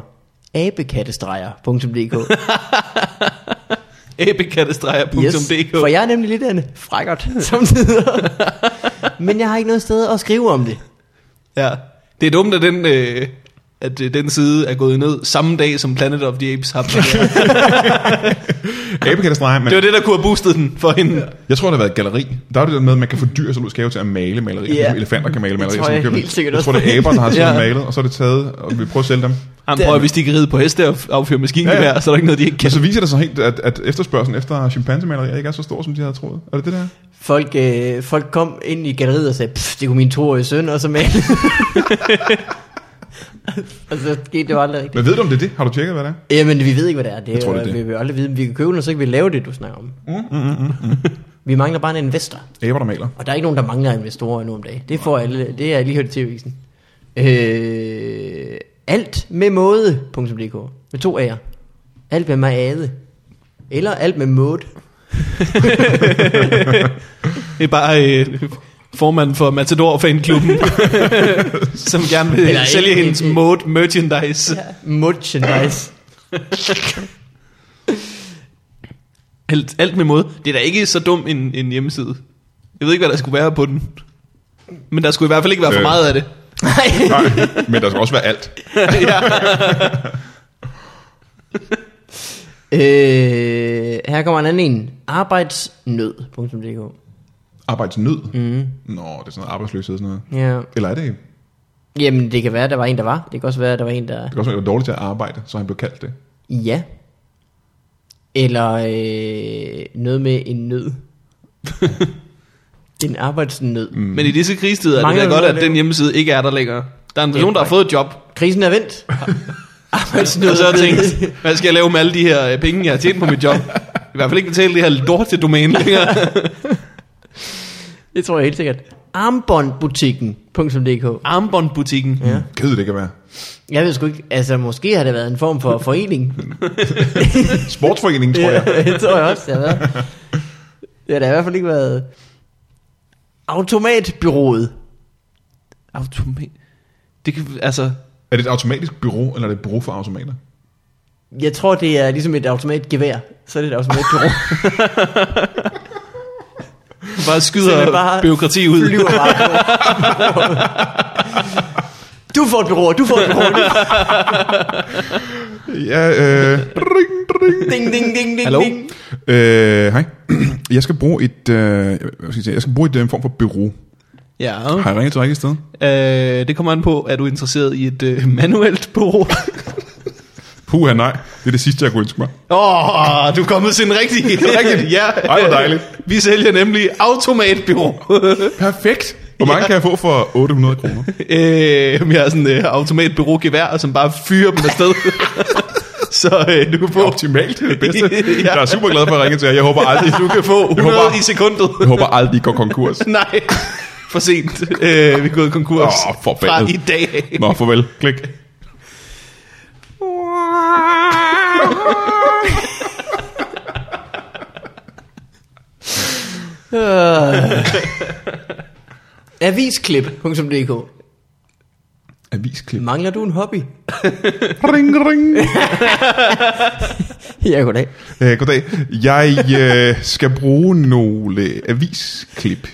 C: abekattestreger.dk
B: Æbekattestreger.dk
C: for jeg er nemlig lidt af en frækkert samtidig. Men jeg har ikke noget sted at skrive om det.
B: Ja. Det er dumt, at den, øh, at øh, den side er gået ned samme dag, som Planet of the [LAUGHS] Apes har premiere.
A: Abekattestreger, men
B: Det var det, der kunne have boostet den for hende.
A: jeg tror, det har været et galleri. Der er jo det der med, at man kan få dyr som udgave til at male malerier.
C: Ja.
A: Yeah. Elefanter kan male malerier.
C: tror
A: så man
C: jeg
A: køber-
C: helt sikkert
A: jeg tror,
C: også.
A: det er aber, der har sådan
B: [LAUGHS] Ja.
A: malet, og så er det taget, og vi prøver at sælge dem.
B: Jamen, prøv, at- hvis de kan ride på heste og f- affyre maskingevær,
A: Ja,
B: ja,
A: ja.
B: ja. så er der ikke noget, de ikke
A: Men
B: kan.
A: så viser det sig helt, at, at efterspørgselen efter chimpansemalerier ikke er så stor, som de havde troet. Er det det der?
C: Folk, øh, folk kom ind i galleriet og sagde, "Pff, det kunne min toårige søn også male. [LAUGHS] og så skete det jo aldrig rigtigt.
A: Men ved du, om det er det? Har du tjekket, hvad det er?
C: Jamen, vi ved ikke, hvad det er. Det, jeg
A: tror, det er det.
C: Vi vil aldrig vide, men vi kan købe den, og så kan vi lave det, du snakker om. Mm, mm, mm, mm. Vi mangler bare en investor.
A: Aber, der maler.
C: Og der er ikke nogen, der mangler investorer endnu om dagen. Det får alle, det har jeg lige hørt i TV-visen. Øh, alt med måde.dk Med to A'er. Alt med maade. Eller alt med måde.
B: Det er bare øh, formanden for Matador Fanklubben, som gerne vil
C: Eller
B: Eller sælge
C: ikke-
B: hendes mode merchandise. Ja.
C: [LAUGHS] Merchandise.
B: Alt, alt med måde. Det er da ikke så dum en, en hjemmeside. Jeg ved ikke, hvad der skulle være på den. Men der skulle i hvert fald ikke være for
A: Øh.
B: meget af det.
C: Nej.
A: Nej, men der skal også være alt.
C: øh, her kommer en anden en. Arbejdsnød.dk
A: Arbejdsnød? Mm. Nå, det er sådan noget arbejdsløshed og sådan noget.
C: Ja.
A: Eller er det ikke?
C: Jamen, det kan være, der var en, der var. Det kan også være, der var en, der...
A: Det kan også være, at han var dårlig til at arbejde, så han blev kaldt det.
C: Ja. Eller øh, noget med en [LAUGHS] nød. en arbejdsnød. Mm.
B: Men i disse krigstider er det
C: Mangler
B: da
C: vi
B: godt,
C: noget at
B: at den
C: lave?
B: hjemmeside ikke er der længere. Der er en person, der har fået et job,
C: Krisen er [LAUGHS] vendt. arbejdsnød.
B: og så har jeg tænkt, hvad skal jeg lave med alle de her øh, penge, jeg har tjent på mit job? I hvert fald ikke betale det her lort til domæne længere.
C: [LAUGHS] det tror jeg helt sikkert. Armbåndbutikken.dk
B: Armbåndbutikken. Ja.
A: Ked det kan være.
C: Jeg ved sgu ikke, altså måske har det været en form for forening. [LAUGHS]
A: Sportsforeningen, tror jeg.
C: det [LAUGHS] tror jeg også, det har været. Det har da i hvert fald ikke været... Automatbyrået.
B: Automat. Det kan, altså,
A: Er det et automatisk bureau, eller er det et bureau for automater?
C: Jeg tror, det er ligesom et automatgevær. Så er det et automatbyrå.
B: bare skyder
C: Simpelthen
B: bare
C: bare
B: byråkrati ud.
C: flyver bare på. Du får et bureau, du får et [LAUGHS] bureau.
A: Ja, øh, ring, ring.
C: Ding, ding, ding, ding,
B: Hallo?
C: ding.
A: Øh, hej. [CLEARS THROAT] Jeg skal bruge et, øh, hvad skal jeg, sige, jeg skal bruge et, øh, en form for bureau.
B: Ja.
A: Har jeg ringet til rigtigt sted?
B: Øh, det kommer an på, er du interesseret i et øh, manuelt bureau?
A: Puha, nej. Det er det sidste, jeg kunne ønske mig.
B: [LAUGHS] Åh, oh, du er kommet til en rigtig. [LAUGHS]
A: Rigtigt?
B: ja.
A: Ej, hvor dejligt.
B: Vi sælger nemlig [LAUGHS] automatbyrå.
A: Perfekt. Hvor mange ja. kan jeg få for 800 kroner?
B: [LAUGHS] øh, vi har sådan et øh, automatbyrå-gevær, som bare fyrer dem afsted. Så øh, du kan få...
A: Optimalt, det er det bedste.
B: [LAUGHS] Ja.
A: Jeg er super glad for at ringe til jer. Jeg håber aldrig,
B: Du kan få
A: Jeg
B: 100 i
A: håber,
B: sekundet. [LAUGHS]
A: jeg håber aldrig, I går konkurs.
B: Nej, for sent. Øh, vi er gået konkurs
A: Åh, for
B: fra
A: fanden.
B: i dag.
A: Nå, farvel. Klik.
C: Avisklip.dk
A: Avisklip.
C: Mangler du en hobby?
A: Ring, ring.
C: [LAUGHS]
A: [LAUGHS]
C: Ja, goddag.
A: Øh, goddag. Jeg øh, skal bruge nogle øh, avisklip.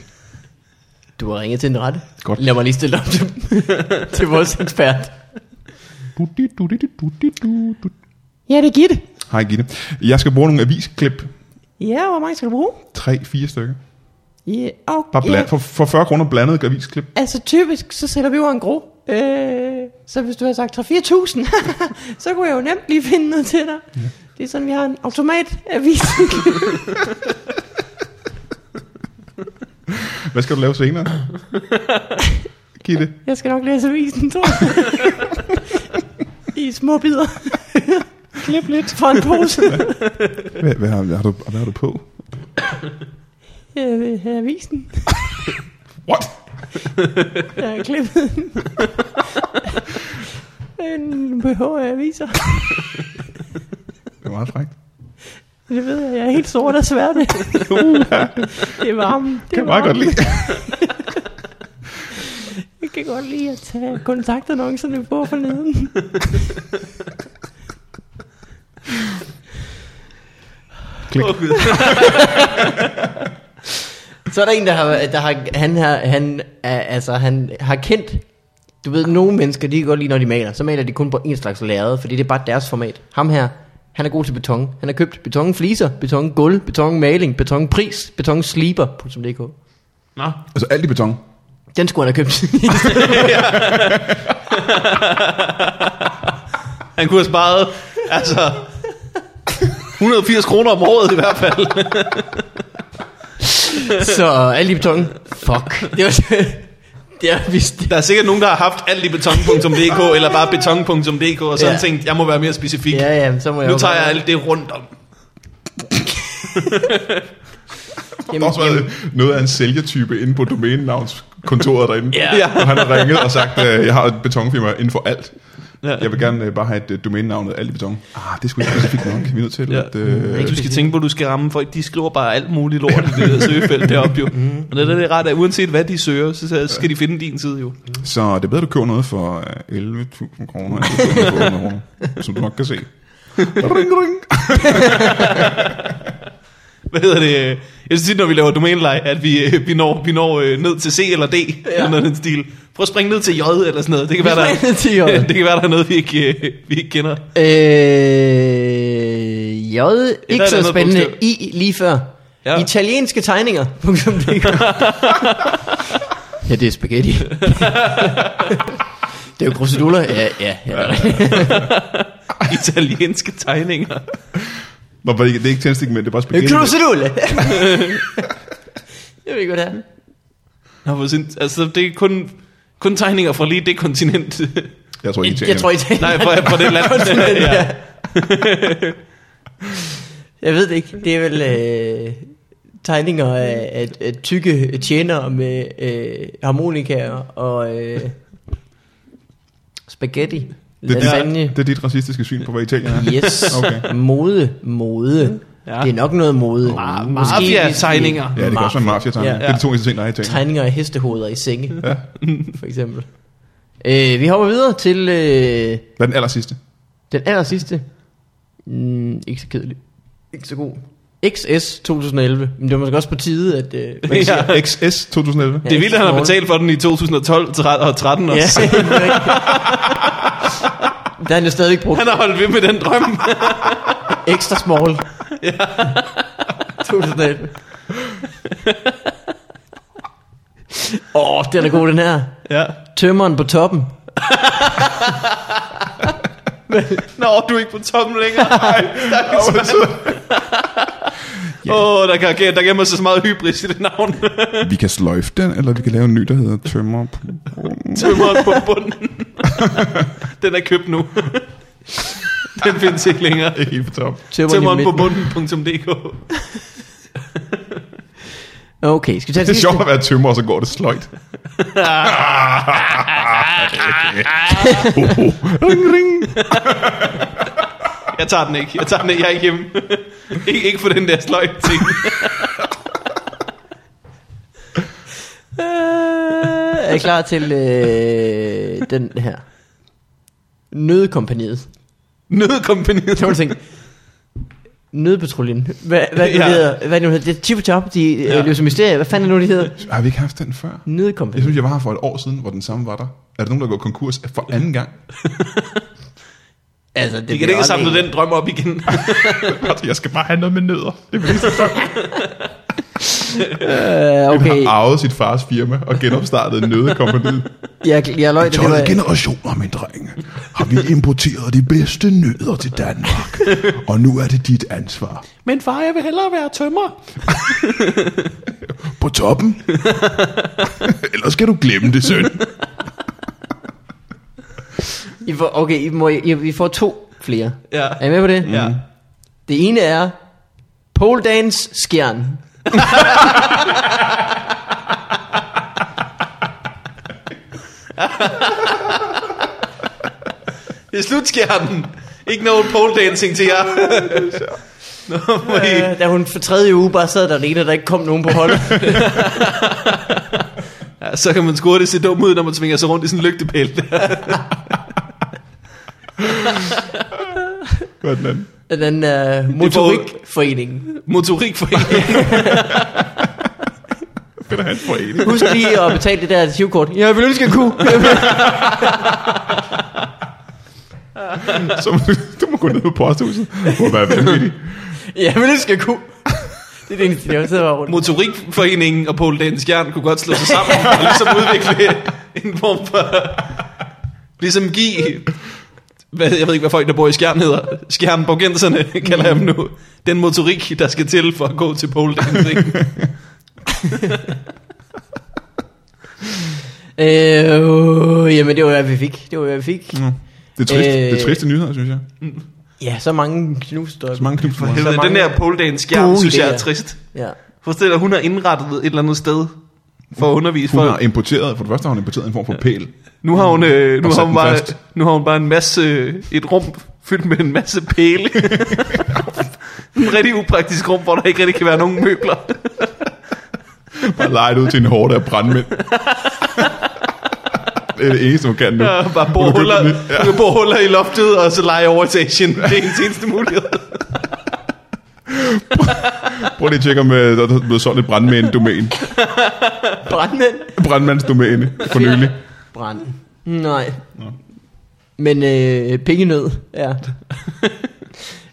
C: Du har ringet til den rette.
A: Godt.
C: Lad mig lige stille op til, til [LAUGHS] vores ekspert.
A: Du, di, du, di, di, du, di, du, du.
C: Ja, det er Gitte.
A: Hej Gitte. Jeg skal bruge nogle avisklip.
C: Ja, hvor mange skal du bruge?
A: 3-4 stykker.
C: Ja, okay.
A: Bare bland, for, for 40 kroner blandet avisklip.
C: Altså typisk, så sætter vi jo en gro. Øh, så hvis du har sagt 3-4.000, [LAUGHS] så kunne jeg jo nemt lige finde noget til dig. Ja. Det er sådan, vi har en automatavis.
A: Hvad skal du lave [LAUGHS] senere? Gitte.
C: [LAUGHS] jeg skal nok læse avisen, tror jeg. [LAUGHS] I
A: [LAUGHS]
C: små bidder. Klip lidt. For en pose.
A: Hvad, hvad, har, har du, hvad har du på?
C: Jeg vil have avisen.
A: What?
C: Jeg har klippet
A: [LAUGHS]
C: en- en BH af aviser.
A: Det var meget frækt.
C: Det ved jeg, jeg er helt sort og svært. det er varmen.
A: Det
C: Det er
A: kan jeg meget godt
C: varmen.
A: lide.
C: Jeg kan godt lide at tage kontaktannoncerne på forneden. Så er der en, der har, der har han, har, han, er, altså, han har kendt, du ved, nogle mennesker, de kan godt lide, når de maler, så maler de kun på en slags lærred, fordi det er bare deres format. Ham her, han er god til beton. Han har købt betonfliser, betongulv, betonmaling, betonpris, betonsleeper.dk.
B: Nå.
A: [LAUGHS] Altså alt i beton.
C: Den skulle han have købt. [LAUGHS]
B: Han kunne have sparet, altså, 180 kroner om året i hvert fald.
C: så øh, alt i beton. Fuck. Det var, [LAUGHS] det er vist
B: Der er sikkert nogen, der har haft alt i beton.dk, eller bare beton.dk, og
C: Ja.
B: sådan ja. tænkt, jeg må være mere specifik. Ja,
C: Ja, ja, men så må jeg
B: nu
C: jo
B: tager
C: bare-
B: jeg alt det rundt om.
A: Der har også været noget af en sælgertype inde på domænenavnskontoret derinde.
C: Ja.
B: Ja.
A: Og han har ringet og sagt, øh, jeg har et betonfirma inden for alt.
B: Ja.
A: [LAUGHS] Jeg vil gerne øh, bare have et øh, domænenavnet alt i beton. Ah, det skulle ikke specifikt nok. Vi er nødt til
B: Ja.
A: at... Øh,
B: Du skal tænke på, at du skal ramme folk. De skriver bare alt muligt lort i det der søgefelt deroppe jo.
C: Mm.
B: Og det er det ret af, uanset hvad de søger, så skal de finde din side jo.
A: så det er bedre, du køber noget for øh, 11.000 kroner, end du køber noget for 800 kroner, som du nok kan se. Ring, ring.
B: Hvad hedder det? Jeg synes tit, når vi laver domænelej, at vi, øh, vi, når, vi når øh, ned til C eller D, ja. eller noget i den stil. Prøv at springe ned til J eller sådan noget. Det kan, være, der,
C: springer ned til J.
B: [LAUGHS] det kan være, der er noget, vi ikke, øh, vi ikke kender.
C: Øh, J, ikke
B: andet
C: så spændende.
B: bogstav.
C: I lige før. Ja.
B: Ja.
C: Italienske tegninger. [LAUGHS]
B: [LAUGHS]
C: ja, det er spaghetti. det er jo kruseduller. Ja, ja, ja.
B: Italienske tegninger.
A: Nå, for det det er ikke tændstik, men det er bare spaghetti.
C: Krusedulle.
B: [LAUGHS]
C: Jeg ved ikke, hvad det er.
B: Nå, hvor sind, altså, det er kun, kun tegninger fra lige det kontinent.
A: Jeg tror ikke,
C: Jeg tror, Italien
B: Nej, fra, fra det land.
C: ja.
B: ja.
C: [LAUGHS] Jeg ved det ikke. Det er vel øh, tegninger af, af, af tykke tjenere med øh, harmonikaer og øh, spaghetti.
A: det, er
C: Lasagne.
A: dit, det er dit racistiske syn på, hvad Italien er.
C: Yes.
A: [LAUGHS] Okay.
C: Mode. Mode. Ja.
B: Ja.
C: Det er nok noget mode.
B: Ma-
C: Måske hvis-
B: Mafia-tegninger.
A: Ja, det kan også være mafia ja, ja.
C: Ja.
A: Det er de to eneste ting, der er i Italien.
C: Tegninger af hestehoveder i senge. Ja. For eksempel. Øh, vi hopper videre til øh,
A: Hvad er den aller sidste?
C: den aller sidste. Mm, ikke så kedelig. Ikke så god. XS 2011. Men det var måske også på tide, at... Øh,
B: Ja.
A: XS 2011.
B: Det er vildt, at han har betalt for den i 2012 13 og 13 også.
C: Ja, [LAUGHS] det er rigtigt. Der er han jo stadigvæk brugt
B: Han har holdt ved med den drøm.
C: ekstra small. Ja. 2018. Åh, oh, den er god, den her.
B: ja.
C: Tømmeren på toppen.
B: Nå, du er ikke på toppen
A: [LAUGHS]
B: længere.
A: Åh, hvor sødt.
B: Åh, oh, der, kan, der gemmer sig så meget hybris i det navn.
A: [LAUGHS] Vi kan sløjfe den, eller vi kan lave en ny, der hedder Tømmer. [LAUGHS]
B: Tømmeren på bunden. den er købt nu. Den findes ikke længere.
A: Ikke helt på top.
C: Tømmeren i
B: Tømmeren på
C: midten.
B: munden.dk
C: Okay, skal vi
A: Det
C: tage det
A: er
C: sidste?
A: sjovt at være tømmer, og så går det [LAUGHS] sløjt. ring, ring.
B: Jeg tager den ikke. Jeg tager den ikke. Jeg er ikke hjemme. [LAUGHS] ikke, ikke for den der sløj
C: [LAUGHS]
B: ting.
C: Øh, er I klar til øh, den her? Nødkompaniet.
B: Nødkompaniet.
C: [LAUGHS] Det var en ting. Nødpatruljen. Hvad, hvad, ja.
B: Ja.
C: hedder, hvad er det nu hedder? Det er Chip og Chop, de ja.
B: Ja.
C: løser mysterier. Hvad fanden er det nu, de [LAUGHS] hedder?
A: Har vi ikke haft den før? Jeg
C: Nødkompaniet.
A: synes, jeg var her for et år siden, hvor den samme var der. Er der nogen, der går konkurs for anden gang?
C: Altså, det
B: De
C: bliver
B: kan ikke
C: også en-
B: samle den drøm op igen. [LAUGHS]
A: Godt, jeg skal bare have noget med nødder. Det vil
C: Øh, okay,
A: okay. har arvet sit fars firma og genopstartet
C: [LAUGHS]
A: nødekompaniet.
C: jeg, jeg løg, da det var...
A: generationer, min dreng, har vi importeret de bedste nødder til Danmark. Og nu er det dit ansvar.
B: Men far, jeg vil hellere være tømmer.
A: På toppen. [LAUGHS] Ellers skal du glemme det, søn.
C: I får, okay, I, må, I, I får to flere.
B: Ja.
C: Er I med på det?
B: Ja.
C: Det ene er pole dance skjern.
B: Det er slutskærmen. Ikke noget pole dancing til
C: [LAUGHS]
B: jer. Nå, må I-
C: Øh, da hun for tredje uge bare sad der alene, og der ikke kom nogen på
B: [LAUGHS]
C: holdet.
B: ja, så kan man sgu hurtigt se dum ud, når man svinger sig rundt i sådan en lygtepæl. [LAUGHS]
A: Hvad er den anden?
C: Den anden er motorikforeningen.
B: Motorikforening.
A: Peter Hans Forening.
C: Husk lige at betale det der tivkort. Jeg vil ønske, jeg kunne.
A: Som, du må gå ned på posthuset. Må være vanvittig.
C: Jeg vil ønske, jeg kunne. Det er det eneste, jeg sidder bare rundt.
B: Motorikforeningen og Paul Danes Jern kunne godt slå sig sammen og ligesom udvikle en form for... Ligesom give... Hvad, jeg ved ikke, hvad folk, der bor i Skjern hedder. Skjernborgenserne kalder jeg dem nu. Den motorik, der skal til for at gå til pole dancing.
C: Øh, øh, jamen, det var, hvad vi fik. Det var, hvad vi fik.
A: Nå. Det er trist.
C: Øh.
A: Det er triste nyheder, synes jeg.
C: Ja, så mange knustøj.
A: Så mange knus
B: Helvede,
C: Så mange
B: Den der pole dance Skjern,
C: gode
B: synes jeg er
C: idéer.
B: trist.
C: Ja.
B: Forestil dig, hun har indrettet et eller andet sted for at undervise
A: Hun har
B: folk.
A: importeret, for det første har hun importeret en form for pæl.
B: Nu har hun, øh, nu
A: Og
B: har
A: sat
B: hun,
A: den
B: bare,
A: fast.
B: nu har hun bare en masse, øh, et rum fyldt med en masse pæle. [LAUGHS] en rigtig upraktisk rum, hvor der ikke rigtig kan være nogen møbler.
A: Bare lejet ud til en hårde af brandmænd. det er det eneste, hun kan nu.
B: Der er bare
A: Hun
B: bor
A: er begyndt
B: huller,
A: at blive-
B: ja. kan bore huller i loftet, og så lege over til Asien. Det er ens eneste mulighed.
A: Prøv lige at tjekke, om øh, der er blevet solgt et brandmænd-domæne.
C: Brandmænd.
A: Brandmandsdomæne for nylig.
C: Brand. Nej. Men øh, pengenød,
A: [LAUGHS]
C: ja.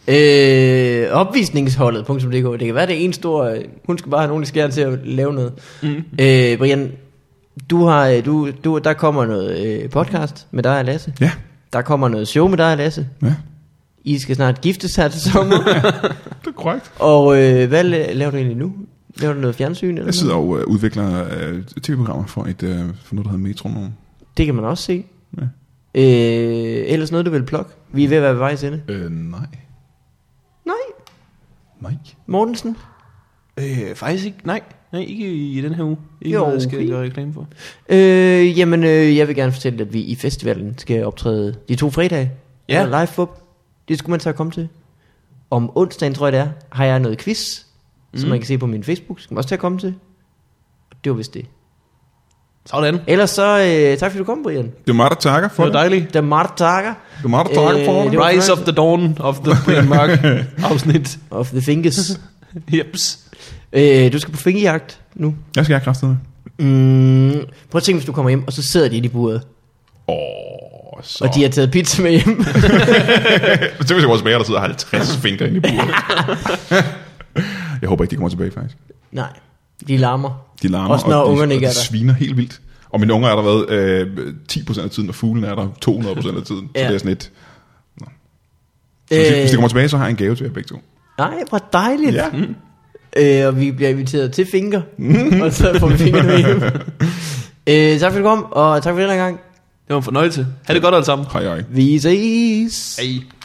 C: øh, opvisningsholdet.dk Det kan være, det er en stor... øh, Hun skal bare have nogen i skæren til at lave noget. Mm. Øh, Brian, du har, øh, du, du, der kommer noget øh, podcast med dig og Lasse.
A: Ja,
C: Der kommer noget show med dig og Lasse.
A: ja.
C: I skal snart giftes her til sommer.
A: [LAUGHS] Det er korrekt.
C: og øh, hvad la- laver du egentlig nu? Laver du noget fjernsyn? Eller
A: Jeg sidder
C: noget?
A: og øh, udvikler øh, tv-programmer for, et, øh, for noget, der hedder Metro. nu.
C: Det kan man også se.
A: Ja.
C: Øh, ellers noget, du vil plukke. Vi er ved at være ved vejs ende.
A: Øh, nej.
C: Nej.
A: Nej.
C: Mortensen?
B: Øh, faktisk ikke. Nej. Nej, ikke i den her uge.
C: Ikke noget, jeg skal gøre
B: reklame for.
C: Øh, jamen, øh, jeg vil gerne fortælle, at vi i festivalen skal optræde de to fredage.
B: Ja.
C: Og Live fub. Det skulle man så komme til. Om onsdagen, tror jeg det er, har jeg noget quiz, mm. som man kan se på min Facebook. Skal man også til at komme til. Og Det var vist det.
B: Sådan.
C: Ellers så, øh, tak fordi du kom, Brian.
A: Det er mig, der takker for
B: Det
A: det.
B: var dejligt.
C: Det er Marta Tager
A: Det er mig, der takker for
C: Øh,
A: det.
C: det var
B: Rise of
C: fornøjelse.
B: the Dawn of the Plain [LAUGHS] Mark afsnit.
C: of the Fingers.
B: Jeps.
C: øh, du skal på fingejagt nu.
A: Jeg skal have kræftet med.
C: Mm, prøv at tænke, hvis du kommer hjem, og så sidder de inde i buret.
A: Åh, så.
C: Og de har taget pizza med hjem.
A: Så hvis jeg vores bager, der sidder [LAUGHS] 50 fingre inde i buret. jeg håber ikke, de kommer tilbage, faktisk.
C: Nej, de larmer.
A: De larmer,
C: Også når
A: og de,
C: ungerne ikke
A: og
C: er
A: de
C: der.
A: sviner helt vildt. Og mine unger er der været øh, 10% af tiden, og fuglen er der 200% af tiden. ja. Så
C: Ja.
A: det er sådan et... Så hvis, øh. hvis de kommer tilbage, så har jeg en gave til jer begge
C: [LAUGHS]
A: to.
C: Nej, hvor dejligt.
A: Ja.
C: Mm. Øh, og vi bliver inviteret til
A: [LAUGHS]
C: finger, og så får vi fingrene med hjem. øh, tak for at du kom, og tak for den her gang.
B: Det var en fornøjelse. Ha' det godt alle sammen.
A: Hej, hej.
C: Vi ses.
B: Hej.